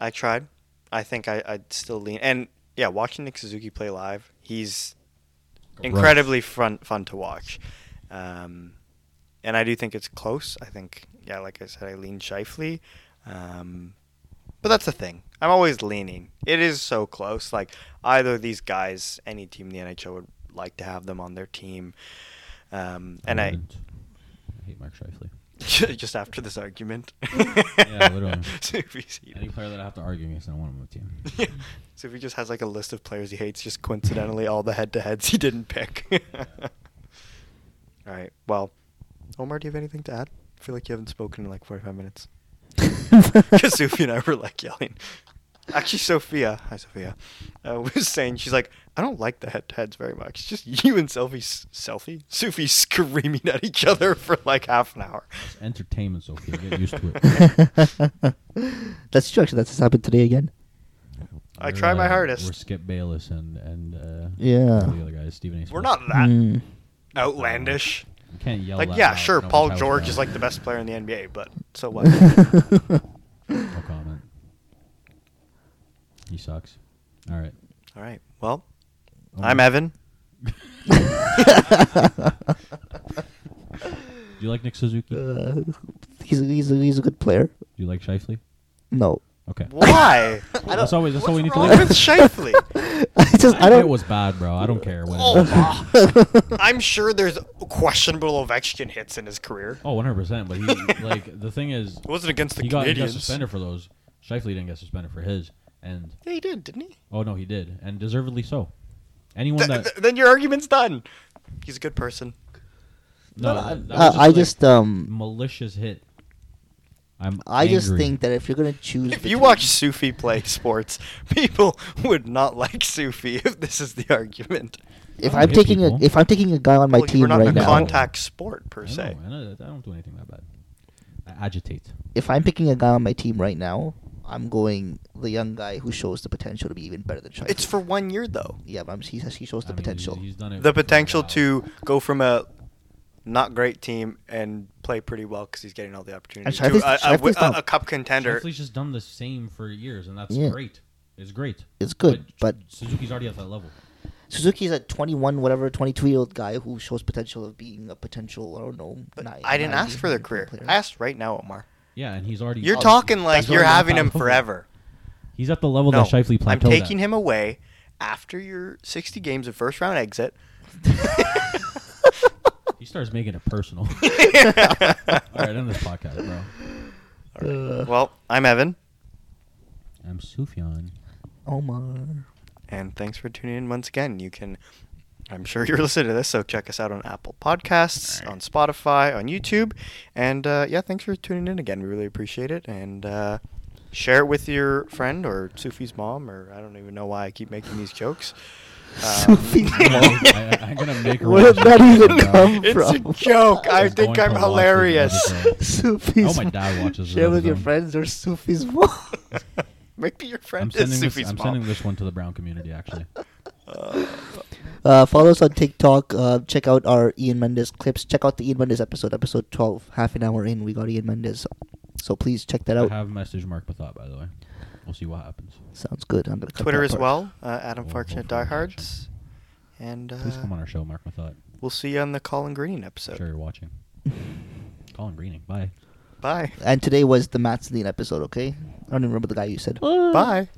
I tried. I think I, I'd still lean. And yeah, watching Nick Suzuki play live, he's incredibly fun fun to watch. Um, and I do think it's close. I think yeah, like I said, I lean Shifley. Um, but that's the thing. I'm always leaning. It is so close. Like either of these guys, any team in the NHL would like to have them on their team. Um, and I, wouldn't. I hate Mark Shifley. *laughs* just after this argument. Yeah, literally. *laughs* so if he's Any player that I have to argue against, I don't want him on the team. *laughs* yeah. So if he just has like a list of players he hates, just coincidentally all the head-to-heads he didn't pick. *laughs* all right. Well, Omar, do you have anything to add? I feel like you haven't spoken in like 45 minutes. *laughs* Because Sophie and I were like yelling. Actually, Sophia, hi Sophia, uh, *laughs* was saying she's like, I don't like the head-to-heads very much. It's just you and Selfie, s- Selfie, Sophie *laughs* screaming at each other for like half an hour. It's entertainment, Sophie. Get used to it. that's true. Actually, that's just happened today again. *laughs* I We're, try my uh, hardest. We're Skip Bayless and and uh, Yeah. the other guy, Stephen A. We're Smith. not that Mm. outlandish. You can't yell. Like that yeah, loud. sure, No Paul one George shouts is that. like the best player in the NBA, but so *laughs* what? No comment. He sucks. All right. All right. Well, Um, I'm Evan. Do you like Nick Suzuki? Do Uh, he's a, he's a, he's a good player. you like Shifley? No, *laughs* Okay. *laughs* Why? That's always that's all we need to Wrong leave. with *laughs* Shifley. I just I It don't. was bad, bro. I don't care. What Oh, it is. ah. I'm sure there's questionable Ovechkin hits in his career. Oh, 100 percent. But he like the *laughs* thing is, It wasn't against the he got, he got Canadians. suspended for those. Shifley didn't get suspended for his, and yeah, he did, didn't he? oh no, he did, and deservedly so. Anyone Th- that th- then your argument's done. He's a good person. no, I, uh, that was I like, just um malicious hit. I'm. I just angry. think that if you're gonna choose, If you between- watch Sufi play sports, people would not like Sufi if this is the argument. if I don't I'm hit taking a people. if I'm taking a guy on my Well, team we're not right in a now, contact sport per I se. know, I, know, I don't do anything that bad. I agitate. if I'm picking a guy on my team right now, I'm going the young guy who shows the potential to be even better than Shifley. It's for one year though. yeah, but I'm- he has- he shows I the mean, he's- potential. He's, done it for The a potential while. to go from a not great team and play pretty well because he's getting all the opportunities to Shifley's- a, a, Shifley's wi- not- a, a cup contender. Shifley's just done the same for years, and that's Yeah. great. It's great. It's good, but Suzuki's already at that level. Suzuki's a 21, whatever, 22 year old guy who shows potential of being a potential. I don't know. But nine- I didn't nine- ask for their nine career. player. *laughs* I asked right now, Omar. Yeah, and he's already. You're Oh, talking like that's you're already at having that him level. forever. He's at the level that Shifley plateaued I'm taking at. him away after your 60 games of first round *laughs* exit. *laughs* He starts making it *laughs* personal. All right, end this podcast, bro. Uh, Well, I'm Evan, *laughs* I'm Sufjan. oh um, Omar. and thanks for tuning in once again. You can, I'm sure you're *laughs* listening to this, so check us out on Apple Podcasts, on Spotify, on YouTube, and uh, yeah, thanks for tuning in again. We really appreciate it, and uh, share it with your friend or Sufi's mom, or I don't even know why I keep making these jokes. Um, *laughs* Sufi's mom. I, I, am gonna make. *laughs* her Where did watch that this even episode, come it's a from? *laughs* joke. I She's think going I'm to watch this hilarious. episode. Sufi's. Oh, my dad watches Share it with on your his own. friends or *laughs* Sufi's mom. Maybe your I'm friend is sending Sufi's this. I'm mom. sending this one to the Brown community. Actually, Uh, follow us on TikTok. Uh, check out our Ian Mendes clips. Check out the Ian Mendes episode, episode 12. Half an hour in, we got Ian Mendes. So please check that I out. have messaged Mark Mathot by the way. We'll see what happens. Sounds good. I'm gonna cut Twitter that as part. well, uh, at We'll Unfortunate hopefully Diehards. And uh, Please come on our show, Mark Mathot. we'll see you on the Colin Green episode. Sure, you're watching. Colin Greening. Bye. Bye. And today was the Matt Celine episode, okay? I don't even remember the guy you said. Bye.